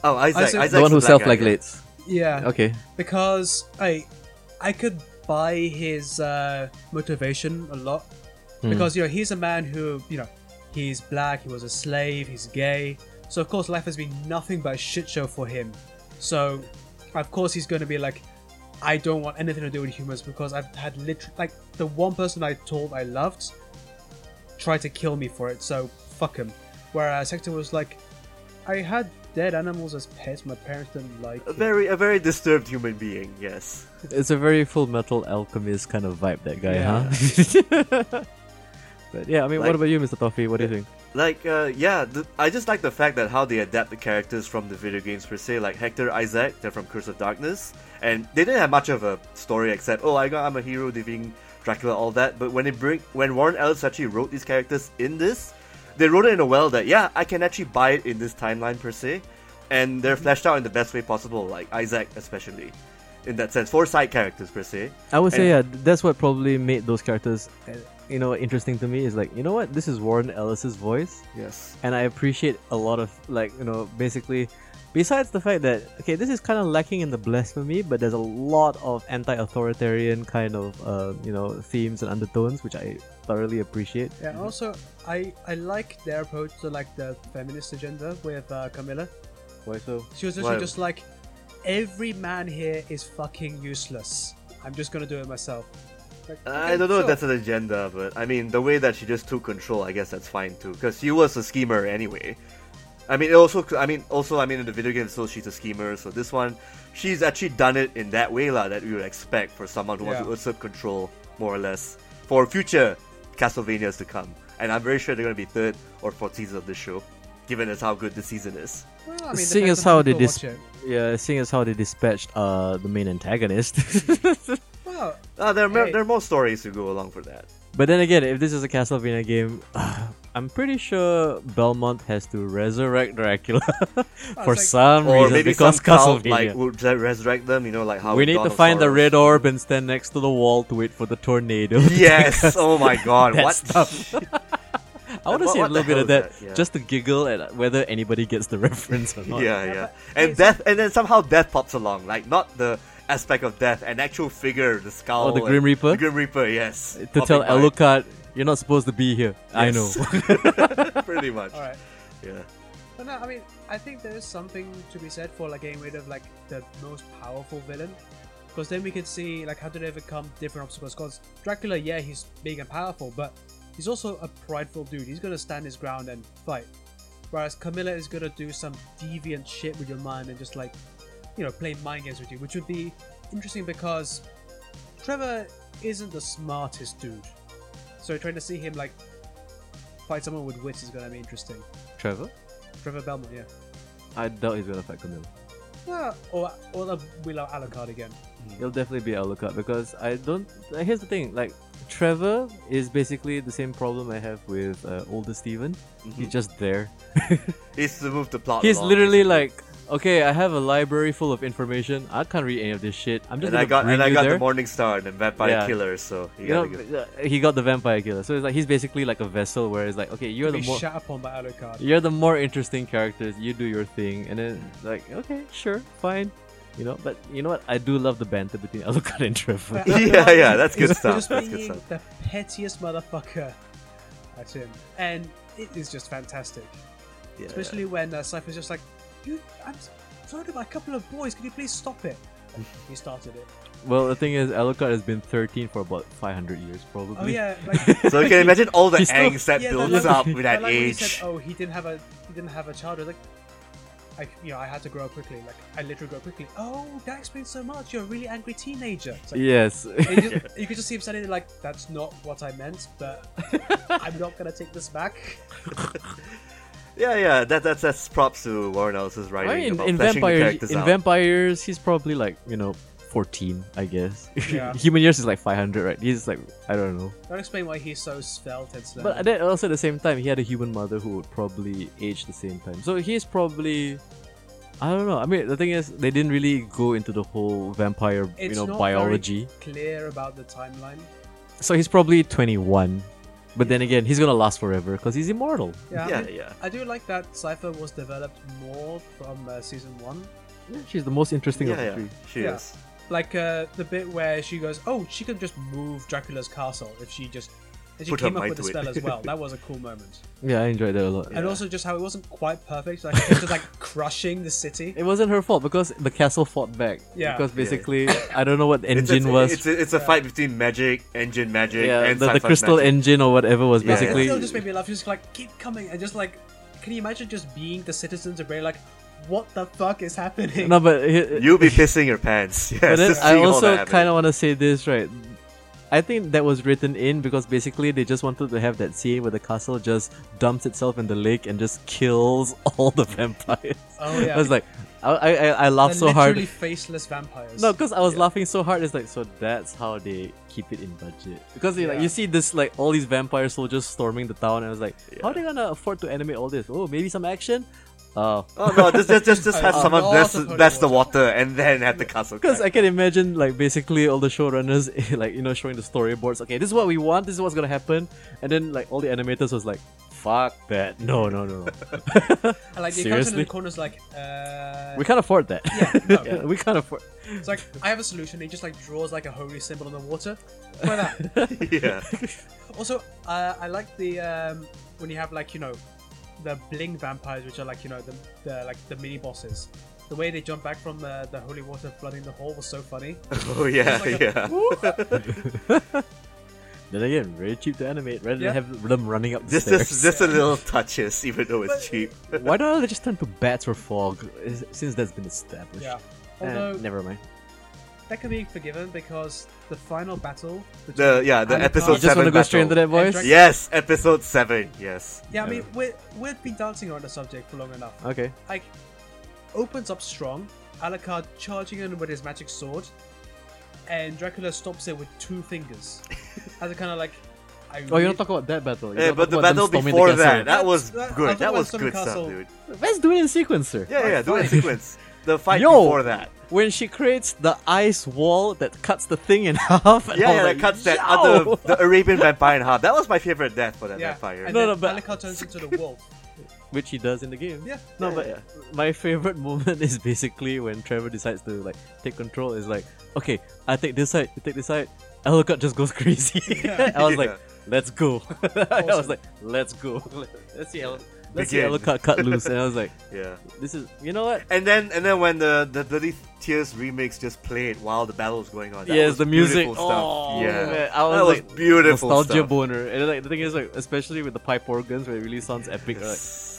C: Oh, Isaac,
B: Isaac-
C: Isaac's
B: The
A: the one who
C: black
A: self
C: guy,
A: like
C: yeah.
A: lates.
B: Yeah,
A: Okay.
B: because I, I could buy his uh, motivation a lot
A: Hmm.
B: because you know he's a man who you know he's black, he was a slave, he's gay, so of course life has been nothing but a shit show for him. So, of course he's going to be like, I don't want anything to do with humans because I've had literally like the one person I told I loved tried to kill me for it, so fuck him. Whereas Hector was like, I had dead animals as pets, my parents didn't like.
C: A
B: it."
C: very, a very disturbed human being. Yes.
A: It's a very full metal alchemist kind of vibe, that guy,
B: Yeah.
A: huh? [laughs] but yeah, I mean,
C: Like-
A: what about you, Mr. Toffee? What do you think?
C: Like, uh, yeah, th- I just like the fact that how they adapt the characters from the video games per se. Like Hector, Isaac, they're from Curse of Darkness, and they didn't have much of a story except, oh, I got, I'm a hero defeating Dracula, all that. But when they bring, when Warren Ellis actually wrote these characters in this, they wrote it in a well that, yeah, I can actually buy it in this timeline per se, and they're fleshed out in the best way possible. Like Isaac, especially, in that sense, for side characters per se.
A: I would say
C: And-
A: yeah, that's what probably made those characters, uh, you know, interesting to me. Is like you know what, this is Warren Ellis's voice,
C: Yes.
A: and I appreciate a lot of like you know basically, besides the fact that okay, this is kind of lacking in the blasphemy, but there's a lot of anti-authoritarian kind of uh, you know themes and undertones which I thoroughly appreciate.
B: Yeah. Also, I I like their approach to like the feminist agenda with uh, Camilla.
A: Why so?
B: She was literally
C: Why?
B: just like, every man here is fucking useless. I'm just gonna do it myself. Like,
C: I
B: okay,
C: don't know if
B: sure.
C: that's an agenda, but I mean, the way that she just took control, I guess that's fine too, because she was a schemer anyway. I mean, it also, I mean, also, I mean, in the video game, so she's a schemer. So this one, she's actually done it in that way, lah, that we would expect for someone who wants
B: Yeah.
C: to usurp control, more or less, for future Castlevanias to come. And I'm very sure they're going to be third or fourth season of this show, given as how good this season is.
B: Well, I mean,
A: Seeing
B: depends
A: as
B: on
A: how they
B: people
A: dis-
B: watch it.
A: Yeah, seeing as how they dispatched uh the main antagonist. [laughs]
B: Well,
C: Ah, there, are mer-
B: Hey.
C: there are more stories to go along for that.
A: But then again, if this is a Castlevania game, [sighs] I'm pretty sure Belmont has to resurrect Dracula [laughs] for
B: like-
A: some
C: Or
A: reason
C: maybe
A: because
C: some cult,
A: Castlevania.
C: like, would resurrect them, you know, like how
A: we need
C: Dawn
A: to
C: of
A: find the
C: Sorrows.
A: red orb and stand next to the wall to wait for the tornado. to take
C: Yes.
A: us.
C: Oh my god.
A: That
C: what
A: stuff. [laughs] I want to
C: What-
A: see a
C: what the
A: little bit
C: hell
A: of
C: is
A: that,
C: that? Yeah.
A: just to giggle at whether anybody gets the [laughs] reference or
C: [laughs] yeah,
A: not.
C: yeah.
B: but
C: And
B: it's-
C: death, and then somehow death pops along. Like not the aspect of death, an actual figure, the skull.
A: Or Oh, the
C: and-
A: Grim Reaper?
C: The Grim Reaper. Yes.
A: To tell
C: Popping by.
A: Alucard, you're not supposed to be here. I know.
C: [laughs]
A: [laughs]
C: Yes. Pretty much.
B: all right.
C: Yeah.
B: But no, I mean, I think there is something to be said for like getting rid of like the most powerful villain, because then we could see like how do they overcome different obstacles. Because Dracula, yeah, he's big and powerful, but he's also a prideful dude. He's gonna stand his ground and fight. Whereas Camilla is gonna do some deviant shit with your mind and just like, you know, play mind games with you, which would be interesting because Trevor isn't the smartest dude. So trying to see him like fight someone with wits is gonna be interesting.
A: Trevor,
B: Trevor Belmont, yeah.
A: I doubt he's gonna fight Camille.
B: Well, or or the Willow Alucard again.
A: It'll definitely be a lookout because I don't. Like, here's the thing: like Trevor is basically the same problem I have
C: Mm-hmm.
A: with uh, older Steven. He's just there.
C: It's to move the plot.
A: He's
C: along,
A: literally
C: basically.
A: like okay, I have a library full of information. I can't read any of this shit. I'm just
C: And
A: gonna
C: I got
A: bring
C: and I
A: you
C: got
A: there.
C: the Morning Star and the Vampire
A: Yeah.
C: Killer, so you
A: You know,
C: gotta go.
A: uh, he got the vampire killer. So it's like he's basically like a vessel where it's like, okay, you're
B: Be
A: the more
B: shut upon by Alucard.
A: you're the more interesting characters. You do your thing, and then like, okay, sure, fine. You know, but you know what? I do love the banter between [laughs] Alucard and Trevor.
B: But [laughs] Alucard
C: [laughs] Yeah, yeah, that's good
B: is
C: stuff,
B: Just
C: that's
B: being
C: good stuff.
B: the pettiest motherfucker at him, and it is just fantastic.
C: Yeah.
B: Especially when uh, Cypher's just like, "You, I'm s- surrounded by a couple of boys. Can you please stop it?" he started it.
A: well, the thing is, Alucard has been 13 for about 500 years, probably.
C: [laughs]
B: Oh yeah, like
C: So you can imagine all the
A: [laughs] He's still-
C: angst that
B: Yeah, but [laughs]
C: builds
B: like-
C: up with
B: I
C: that
B: like when he
C: age.
B: said, "Oh, he didn't have a he didn't have a childhood." Like, I you know I had to grow up quickly. Like I literally grew up quickly. Oh, that explains so much. You're a really angry teenager. It's like, [laughs]
A: Yes. [laughs]
B: and
C: [laughs]
B: You, just- you could just see him standing there like, "That's not what I meant," but I'm not gonna take this back.
C: Yeah, yeah, that, that's that's props to Warren Ellis's writing
A: I mean,
C: about
A: in
C: fleshing the
A: vampires,
C: characters
A: in
C: out.
A: vampires, he's probably like you know, fourteen, I guess. [laughs]
B: Yeah.
A: Human years is like five hundred, right? He's like I don't know.
B: Don't explain why he's so svelte and slow.
C: uh,
A: But then also at the same time, he had a human mother who would probably age the same time. So he's probably, I don't know. I mean, the thing is, they didn't really go into the whole vampire, you
B: It's
A: know,
B: not
A: biology.
B: Clear about the timeline.
A: So he's probably twenty-one. But then again, he's gonna last forever because he's immortal.
B: Yeah. I
C: yeah,
B: mean,
C: yeah.
B: I do like that Cypher was developed more from uh, season one.
A: She's the most interesting of
C: Yeah,
A: the
C: yeah,
A: three.
C: she
B: Yeah.
C: is.
B: like uh, the bit where she goes, "Oh, she can just move Dracula's castle if she just." And she
C: Put her
B: came up with
C: mind
B: a
C: to it.
B: spell as
C: [laughs]
B: well. That was a cool moment,
A: Yeah, I enjoyed that a lot.
B: and
C: Yeah.
B: also just how it wasn't quite perfect. Like it was just like [laughs] crushing the city.
A: It wasn't her fault because the castle fought back.
B: Yeah.
A: Because [laughs] basically, I don't know what
C: It's,
A: engine
C: it's,
A: was.
C: it's, a, it's a fight between magic, engine magic,
A: yeah,
C: and
A: the, the
C: sci-fi
A: crystal
C: magic.
A: engine or whatever was
C: Yeah,
B: It
A: basically.
B: still just made me laugh. Just like keep coming, and just like, can you imagine just being the citizens of Bray? Like, what the fuck is
A: [laughs]
B: happening?
A: No, but he-
C: You'll be pissing your pants. [laughs] Yes,
A: but then
C: just
A: I
C: seeing all
A: also
C: that
A: kind of
C: happening.
A: want to say this, right? I think that was written in because basically they just wanted to have that scene where the castle just dumps itself in the lake and just kills [laughs] all the vampires.
B: Oh yeah,
A: I was like, I I, I I
B: They're
A: laughed so
B: literally
A: hard.
B: faceless vampires.
A: No, because I was laughing so hard. It's like so that's how they keep it in budget. Because you like
B: Yeah.
A: you see this like all these vampire soldiers storming the town, and I was like, how are they
C: Yeah.
A: gonna afford to animate all this? Oh, maybe some action. [laughs] Oh,
C: Oh no! Just, just, just, just
A: [laughs]
B: A
C: have someone
B: lot
C: bless,
B: of holy
C: bless the water, and then have the castle.
A: because
C: crack.
A: I can imagine like basically all the showrunners [laughs] eh, like you know showing the storyboards. Okay, this is what we want. This is what's gonna happen. And then like all the animators was like, fuck that. No, no, no, no.
B: [laughs] and, like the accountant in
A: seriously?
B: the corner's like, uh,
A: we can't afford that.
B: Yeah,
A: [laughs]
B: no.
A: we can't afford.
B: it's like I have a solution. He just like draws like a holy symbol on the water.
A: [laughs]
B: Try that.
C: yeah,
B: Also, uh, I like the um, when you have like you know the bling vampires, which are like you know the, the like the mini bosses. The way they jump back from the, the holy water flooding the hole was so
C: [laughs]
B: funny.
C: oh yeah,
B: It's like a-
C: yeah.
A: [laughs] Then again, very cheap to animate rather
B: Yeah.
A: than have them running up the
C: Just,
A: stairs.
C: just, just a little touches, even though it's cheap.
A: Why don't they just turn to bats or fog is- since that's been established?
B: Yeah.
A: Eh,
B: Although
A: never mind.
B: that can be forgiven because the final battle.
C: The
B: between
C: yeah, the
B: Alucard-
C: episode
A: You just
C: seven
A: want to go straight into that, boys?
B: Andrex-
C: Yes, episode seven. Yes.
B: Yeah, I mean we're we've been dancing around the subject for long
C: Uh-huh.
B: enough.
A: Okay.
B: Like opens up strong, Alucard charging in with his magic sword, and Dracula stops it with two
C: [laughs]
B: fingers, as a kind of like. I
A: Oh, you're
B: really-
A: not talking about that battle.
C: Yeah, Eh, but the battle before that, that was
B: That's- that-
C: good.
B: I'll talk
C: That
B: about
C: was
B: Storm
C: good
B: Castle.
C: stuff, dude.
A: Let's do it in sequence, sir.
C: Yeah, yeah, do it in
A: [laughs]
B: fine.
C: sequence. The fight
A: Yo!
C: before that.
A: When she creates the ice wall that cuts the thing in [laughs] half. And I
C: Yeah,
A: was
C: yeah,
A: like,
C: that cuts that other
A: "Yo!"
C: the Arabian vampire in half. That was my favorite death for that
B: Yeah,
C: vampire.
B: and
A: No,
B: then
A: no, but-
B: Alucard turns into
A: [laughs]
B: the wolf.
A: Which he does in the game.
B: Yeah.
A: No,
C: Yeah,
A: but
C: yeah.
A: my favorite moment is basically when Trevor decides to like take control. Is like, okay, I take this side, you take this side. Alucard just goes [laughs] crazy.
B: Yeah.
A: I was like,
C: Yeah.
A: let's go. [laughs] I was
B: Awesome.
A: like, let's go. [laughs] Let's see, Alu- let's
C: Begin.
A: see Alucard cut loose. And I was like,
C: Yeah.
A: this is, you know what?
C: And then and then when the the bloody Tears remix just played while the battle was going on. That
A: yes,
C: was
A: the music.
C: beautiful Stuff.
A: Oh,
C: yeah.
A: man, I was
C: that was
A: like,
C: beautiful
A: nostalgia
C: stuff.
A: boner. And then, like the thing is, like especially with the pipe organs, where it really sounds epic. Like,
C: Yes.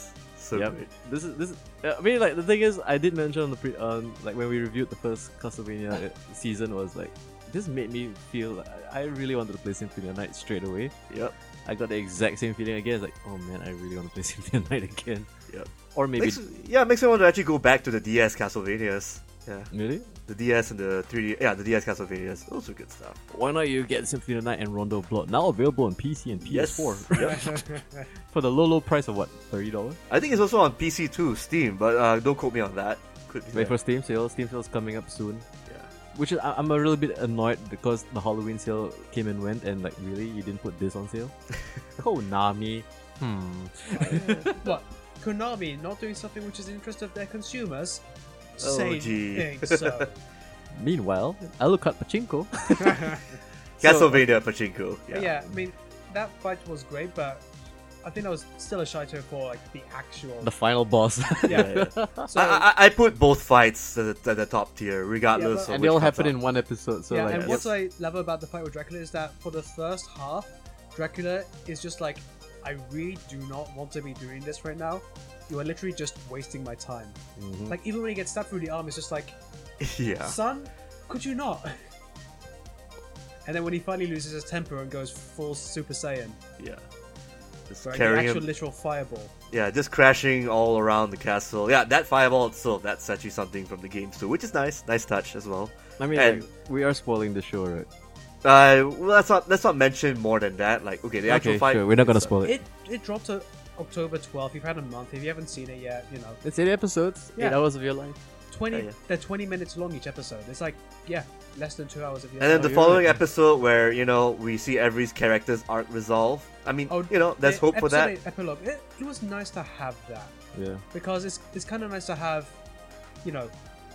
C: So
A: yep.
C: good.
A: This is this. Is, I mean, like the thing is, I did mention on the pre, on like when we reviewed the first Castlevania uh, season was like this made me feel like I I really wanted to play Symphony of the Night straight away.
C: Yep.
A: I got the exact same feeling again. It's like, oh man, I really want to play [laughs] Symphony of the Night again.
C: Yep.
A: Or maybe
C: Makes, yeah, makes me want to actually go back to the DS Castlevanias. Yeah.
A: really.
C: The DS and the 3D. Yeah, the DS Castlevanias. Those were good stuff.
A: Why not you get Symphony of the Night and Rondo of Blood now available on PC and
C: Yes.
A: PS4 [laughs]
C: Yep.
A: for the low low price of what thirty dollars?
C: I think it's also on PC too, Steam, but uh, don't quote me on that. could be.
A: Wait
C: there.
A: for Steam sale. Steam sale's coming up soon.
C: Yeah.
A: Which is, I- I'm a little bit annoyed because the Halloween sale came and went, and like, really, you didn't put this on [laughs] sale? Oh, Konami. Hmm.
B: [laughs] What? Konami not doing something which is in the interest of their consumers?
C: Oh,
B: Same
C: gee.
B: thing,
C: [laughs]
B: so.
A: Meanwhile, Alucard Pachinko.
B: yeah.
C: Castlevania Pachinko. Yeah.
B: I mean, that fight was great, but I think I was still a Shaito for like the actual.
A: [laughs] the final [laughs] boss.
B: [laughs]
C: [laughs]
B: yeah. So,
C: I, I, I put both fights at the, at the top tier, regardless
B: but-
C: of
A: and they
C: which
A: all
C: comes
A: happen
C: out.
A: in one episode, so
B: yeah,
A: like,
B: and
A: it's-
B: what I love about the fight with Dracula is that for the first half, Dracula is just like, I really do not want to be doing this right now. You are literally just wasting my time.
A: Mhm.
B: Like even when he gets stabbed through the arm, it's just like,
C: Mm-hmm. [laughs] yeah.
B: son, could you not? [laughs] And then when he finally loses his temper and goes full Super Saiyan,
C: Yeah. Just
B: right, the
C: carrying
B: actual
C: him,
B: literal fireball.
C: yeah, just crashing all around the castle. Yeah, that fireball itself, that's actually something from the games too, which is nice, nice touch as well.
A: I mean,
C: and-
A: like, we are spoiling the show, right?
C: Uh, well, let's not let's not mention more than that. Like, okay, the actual
A: okay,
C: fight.
A: sure. We're not gonna
C: is, uh,
A: spoil it.
B: It it dropped to October 12th. You've had a month. If you haven't seen it yet, you know,
A: It's eight episodes, eight
B: Yeah.
A: hours of your life.
B: 20
C: Yeah, yeah.
B: they're 20 minutes long each episode. It's like yeah, less than two hours of your Oh,
C: And then
B: time.
C: the
A: you're
C: following
A: right.
C: episode, where you know we see every character's arc resolve. I mean,
B: Oh,
C: you know, there's
B: the
C: hope for
B: episode
C: that.
B: eight Epilogue. It, it was nice to have that
A: Yeah.
B: because it's it's kind of nice to have, you know,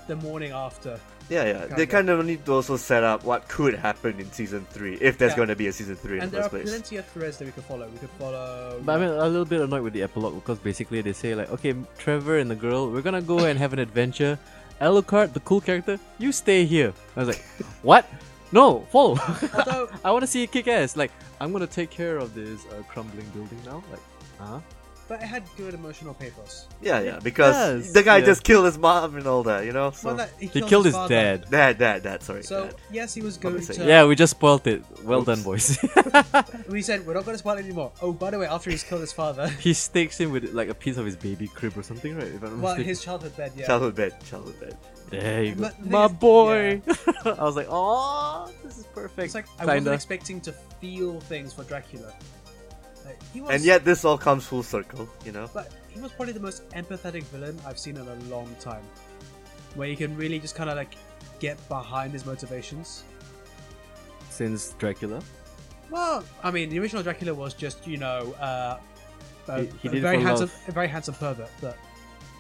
B: the morning after.
C: Yeah, yeah.
B: Kinda.
C: They kind of need to also set up what could happen in season three, if there's
B: Yeah.
C: going to be a season three in
B: and
C: the
B: there are
C: first place.
B: plenty of threads that we could follow. We could follow.
A: But I mean, I'm a little bit annoyed with the epilogue because basically they say like, okay, Trevor and the girl, we're gonna go and have an adventure. Alucard, the cool character, you stay here. I was like, what? No, follow.
B: although
A: [laughs] I want to see you kick ass. Like, I'm gonna take care of this uh, crumbling building now. Like, huh?
B: but it had good emotional pathos.
C: Yeah, yeah. Because
A: does,
C: the guy
A: yeah.
C: just killed his mom and all that, you know. So
B: Well, that, he,
A: He
B: killed,
A: killed his
B: father. uh,
A: dad.
C: that, that, that. Sorry.
B: So
C: that.
B: yes, he was
C: What am I
B: going to.
C: saying?
A: Yeah, we just spoiled it. Well
C: Oops.
A: done, boys. [laughs]
B: We said we're not going to spoil it anymore. Oh, by the way, after he's killed his
C: [laughs]
B: father,
A: he stakes him with like a piece of his baby crib or something, right? If I'm not
B: well,
A: mistaken.
B: his childhood bed. Yeah.
C: Childhood bed. Childhood bed.
A: There you go.
B: But the thing
A: My
B: is-
A: boy! [laughs] I was like, oh, this is perfect.
B: It's like I wasn't
A: Kinda.
B: expecting to feel things for Dracula. Like, he was,
C: And yet this all comes full circle, you know.
B: but he was probably the most empathetic villain I've seen in a long time, where you can really just kind of like get behind his motivations.
A: Since Dracula.
B: Well, I mean, the original Dracula was just you know uh, a,
A: He- he
B: a
A: did it
B: very
A: for
B: handsome,
A: love.
B: a very handsome pervert. But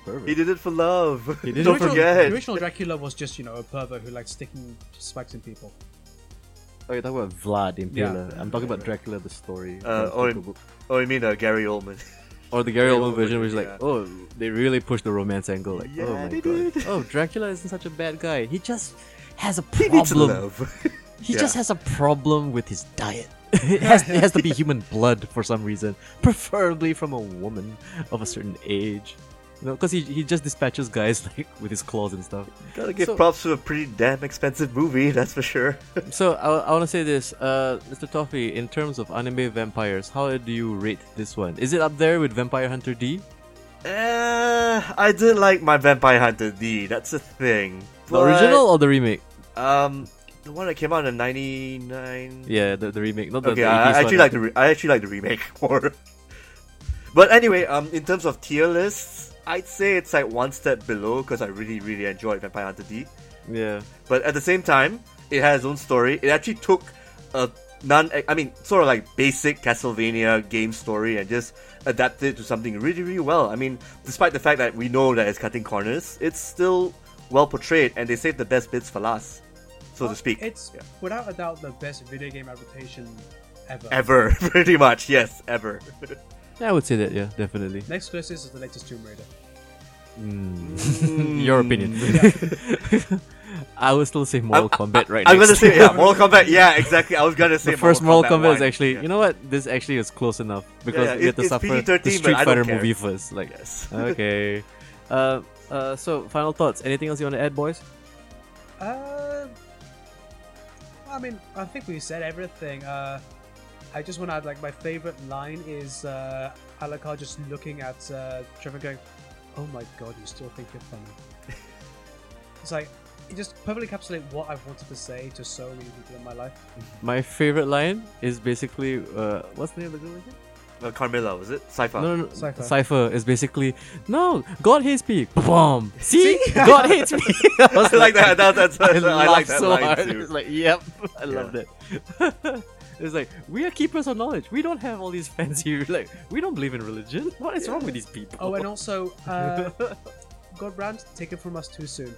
A: Perfect.
C: He did it for love.
A: He
B: the
C: [laughs]
A: did it Don't
B: original,
C: forget.
B: the original Dracula was just you know a pervert who liked sticking spikes in people.
A: Oh, you're talking about Vlad the
B: Yeah.
A: Impaler. I'm talking about Dracula the story.
C: Uh,
A: the
C: or-
A: comic book.
C: oh, you mean uh,
A: [laughs]
C: Gary Oldman?
A: or the Gary
C: Gary
A: Oldman
C: Oldman
A: version, which is like,
C: version,
A: oh, they really pushed the romance angle. Like,
C: Yeah,
A: oh my
C: they
A: god.
C: did.
A: Oh, Dracula isn't such a bad guy. He just has a
C: he needs
A: problem.
C: love. [laughs]
A: He
C: Yeah.
A: just has a problem with his diet. [laughs] it, has, it
C: [laughs]
A: has to be human blood for some reason, preferably from a woman of a certain age. You know, because he, he just dispatches guys [laughs] like with his claws and stuff.
C: Gotta give
A: So-
C: props to a pretty damn expensive movie, [laughs] that's for sure.
A: So I, I want to say this, uh, Mr. Toffee. In terms of anime vampires, how do you rate this one? Is it up there with Vampire Hunter D?
C: uh, I did like my Vampire Hunter D. That's a thing.
A: The
C: But,
A: original or the remake?
C: Um, the one that came out in '99.
A: Yeah, the, the remake, not the,
C: Okay,
A: the
C: I,
A: 80s
C: I actually
A: one.
C: like the re- I actually like the remake [laughs] more. but anyway, um, in terms of tier lists, I'd say it's like one step below because I really really enjoyed Vampire Hunter D.
A: Yeah,
C: But at the same time, it has its own story. It actually took a non I mean, sort of like basic Castlevania game story and just adapted it to something really, really well. I mean, despite the fact that we know that it's cutting corners, it's still well portrayed and they saved the best bits for last, so
B: Well,
C: to speak.
B: It's
C: Yeah.
B: without a doubt the best video game adaptation ever.
C: Ever, [laughs] pretty much, yes, ever.
A: yeah, I would say that. Yeah, definitely. [laughs]
B: Next closest is the latest Tomb Raider.
C: Hmm.
A: Your opinion. [laughs] I would still say Mortal Kombat right
C: I'm gonna
A: next. [laughs]
C: say yeah, Mortal Kombat. Yeah, exactly. I was gonna say
A: the first Mortal Kombat, is
C: one.
A: actually,
C: Yeah.
A: you know what? This actually is close enough because
C: yeah,
A: we had
C: it-
A: to
C: it's
A: suffer
C: PG-13,
A: the
C: but
A: Street
C: I don't
A: Fighter
C: care.
A: movie first.
C: [laughs]
A: Like,
C: Yes.
A: okay. Uh, uh, so final thoughts. Anything else you want to add, boys?
B: Uh, I mean, I think we said everything. Uh, I just want to add, like, my favorite line is uh, Alucard just looking at uh, Trevor going, "Oh my god, you still think you're funny." [laughs] it's like it just perfectly encapsulates what I've wanted to say to so many people in my life.
A: My favorite line is basically, uh, what's the name of the girl again?
C: uh, Carmilla, was it? Saifa.
A: No, no, no.
B: Cypher.
A: Cypher. is basically, no, God hates me.
B: [laughs]
A: Boom. See?
B: See?
A: God hates me. [laughs] I, was
C: [laughs] I like that. that- that's-
A: I,
C: that's- [laughs] I like
A: laughed
C: that
A: so
C: line
A: hard.
C: too.
A: It's like, yep. I love that. [laughs] it's like, we are keepers of knowledge. We don't have all these fancy, [laughs] like, we don't believe in religion. What is wrong with these people?
B: Oh, and also,
C: [laughs]
B: uh,
A: [laughs]
B: Godbrand taken from us too soon.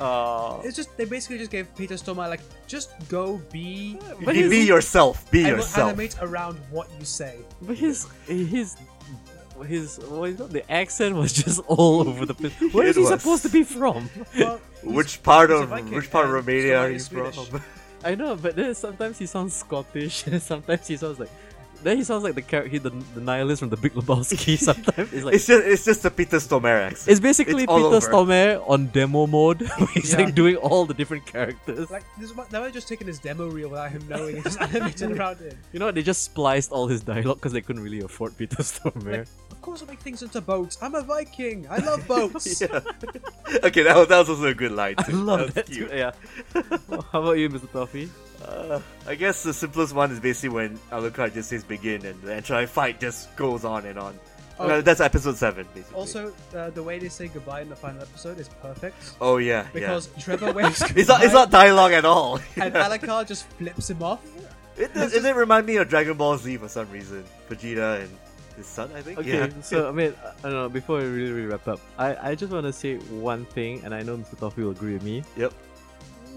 A: Oh.
B: It's just they basically just gave Peter Stormare like, just go be
A: [laughs] But
C: Be,
A: he's-
C: be yourself. Be
B: I will
C: yourself.
B: animate around what you say.
C: [laughs]
A: But his his his well, he's not- the accent was [laughs] just all over the
C: [laughs]
A: place. Where
C: It
A: is he
C: was.
A: supposed to be from?
B: Well,
C: Which part
B: he's a
C: of
B: Viking,
C: which part of
B: and
C: Romania
B: Stormare
C: are you
B: is
C: from?
B: Swedish.
A: I know, but then sometimes he sounds Scottish, [laughs] and sometimes he sounds like. Then he sounds like the character, the, the nihilist from the Big Lebowski. [laughs] Sometimes it's like
C: [laughs] it's
A: it's,
C: just it's just the Peter Stormare accent.
A: basically
C: it's all
A: Peter
C: over.
A: Stormare on demo mode. [laughs] where he's
B: Yeah.
A: like doing all the different characters.
B: like this, they were just taking his demo reel without him knowing and just
C: [laughs]
B: animated around him.
A: you know, what? they just spliced all his dialogue because they couldn't really afford Peter [laughs] Stormare.
B: Of course, I make things into boats. I'm a Viking. I love boats.
C: [laughs] Yeah. okay, that was, that was also a good line.
A: I
C: Too.
A: love
C: That's
A: that. too. Yeah. [laughs] Well, how about you, Mr. Toffee?
C: Uh, I guess the simplest one is basically when Alucard just says begin and the entire fight just goes on and on.
B: Oh.
C: Uh, that's episode 7, basically.
B: Also, uh, the way they say goodbye in the final episode is perfect
C: oh, yeah.
B: because
C: [laughs]
B: Trevor waves
C: yeah. It's, not,
B: goodbye
C: it's not dialogue at all.
A: [laughs]
B: and Alucard just flips him off.
C: [laughs] it, does, it did remind me of Dragon Ball Z for some reason. Vegeta and his son, I think.
A: Okay,
C: Yeah.
A: so I mean, I don't know. Before we really, really wrap up, I, I just want to say one thing, and I know Mr. Toffee will agree with me.
C: Yep.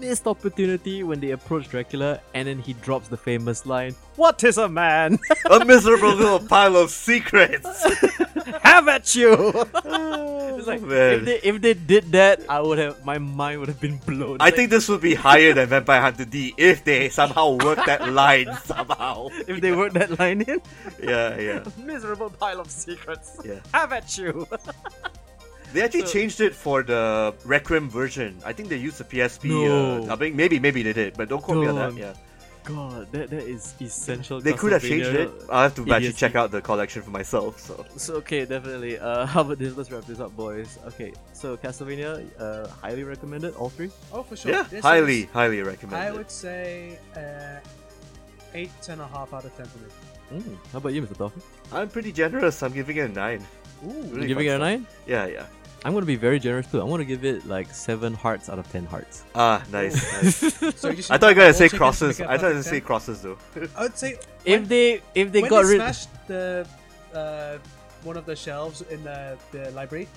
A: Missed opportunity when they approach Dracula, and then he drops the famous line, "What is a
C: [laughs]
A: man?
C: a miserable
A: [laughs]
C: little pile of secrets.
A: have at you!" [laughs] it's like
C: Oh, man.
A: if they if they did that, I would have my mind would have been blown.
C: I
A: It's
C: think this would be higher than Vampire Hunter D if they somehow worked that line [laughs] somehow.
A: like, if they work that line in, [laughs]
C: Yeah, yeah,
A: miserable pile of secrets. [laughs]
C: yeah.
A: Have at you!
C: They actually
A: So-
C: changed it for the Requiem version. I think they used the PSP uh,
A: No.
C: dubbing. Maybe, maybe they did, but don't quote me on that.
A: Don't.
C: Yeah,
A: God, that that is essential.
C: they could have changed it. Uh,
A: Castlevania
C: I'll have to actually
A: idiocy.
C: check out the collection for myself. So
A: So okay, definitely. Uh, [laughs] how about this? Let's wrap this up, boys. Okay, so Castlevania, uh, highly recommended. All three.
B: Oh, for sure.
C: yeah,
B: This
C: highly,
B: is-
C: highly
B: I
C: recommended.
B: would say uh, eight and a half out of ten for me.
A: Mm. How about you, Mr. Dolphin?
C: I'm pretty generous. I'm giving it a nine.
B: Ooh,
C: Really
A: you giving it
C: fun
A: a
C: stuff.
A: nine?
C: Yeah, yeah.
A: I'm gonna be very generous too. I'm gonna give it like seven hearts out of ten hearts.
C: [laughs] Ah, nice. nice.
B: so you just
C: I thought you were
B: [laughs] all
C: gonna
B: chickens
C: say
B: to
C: crosses.
B: make a
C: I thought you were gonna
B: perfect
C: say crosses though.
B: ten? I would say
A: if they if they
B: when
A: got
B: they
A: rid,
B: smashed the uh, one of the shelves in the, the library,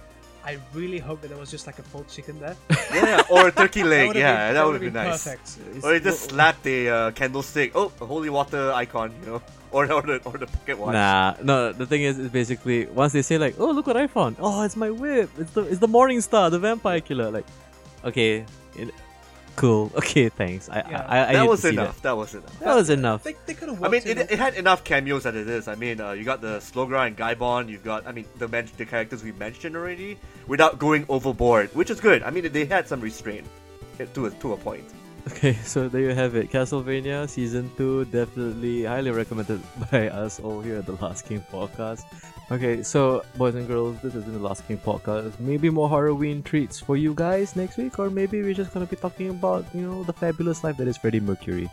B: I really hope that there was just like a full chicken
C: [laughs]
B: there.
C: yeah, or a turkey leg.
B: would've
C: yeah,
B: been-
C: that would
B: would've
C: be
B: been
C: nice.
B: Perfect.
A: It's-
C: Or you Oh, just slap the uh, candlestick. Oh, a holy water icon, you know, [laughs] or or the, or the pocket watch.
A: Nah, no. The thing is, is basically once they say like, "Oh, look what I found! Oh, it's my whip! It's the it's the Morning Star, the vampire killer!" Like, okay, it, cool. [laughs] Okay, thanks. I
B: Yeah.
A: I, I, I
C: that
A: hate
C: was
A: to see
C: enough. That was enough.
A: That. that was enough.
B: They, they could have
C: I
B: worked.
C: mean,
B: in
C: it, it had enough cameos as it is. I mean, uh, you got the Slogra and Gaibon. You've got, I mean, the men- the characters we mentioned already, without going overboard, which is good. I mean, they had some restraint eh, to a, to a point.
A: Okay, [laughs] so there you have it. Castlevania Season 2, definitely highly recommended [laughs] by us all here at the Last King Podcast. Okay, so, boys and girls, this has been the Last King Podcast. Maybe more Halloween treats for you guys next week, or maybe we're just gonna be talking about, you know, the fabulous life that is Freddie Mercury.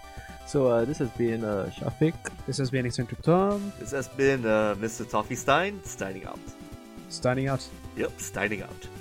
A: So, uh, this has been uh, Shafiq.
B: this has been um, Eccentric Tom,
C: This has been uh, Mr. Toffee Stein, Steining out.
B: standing out.
C: Yep, Steining out.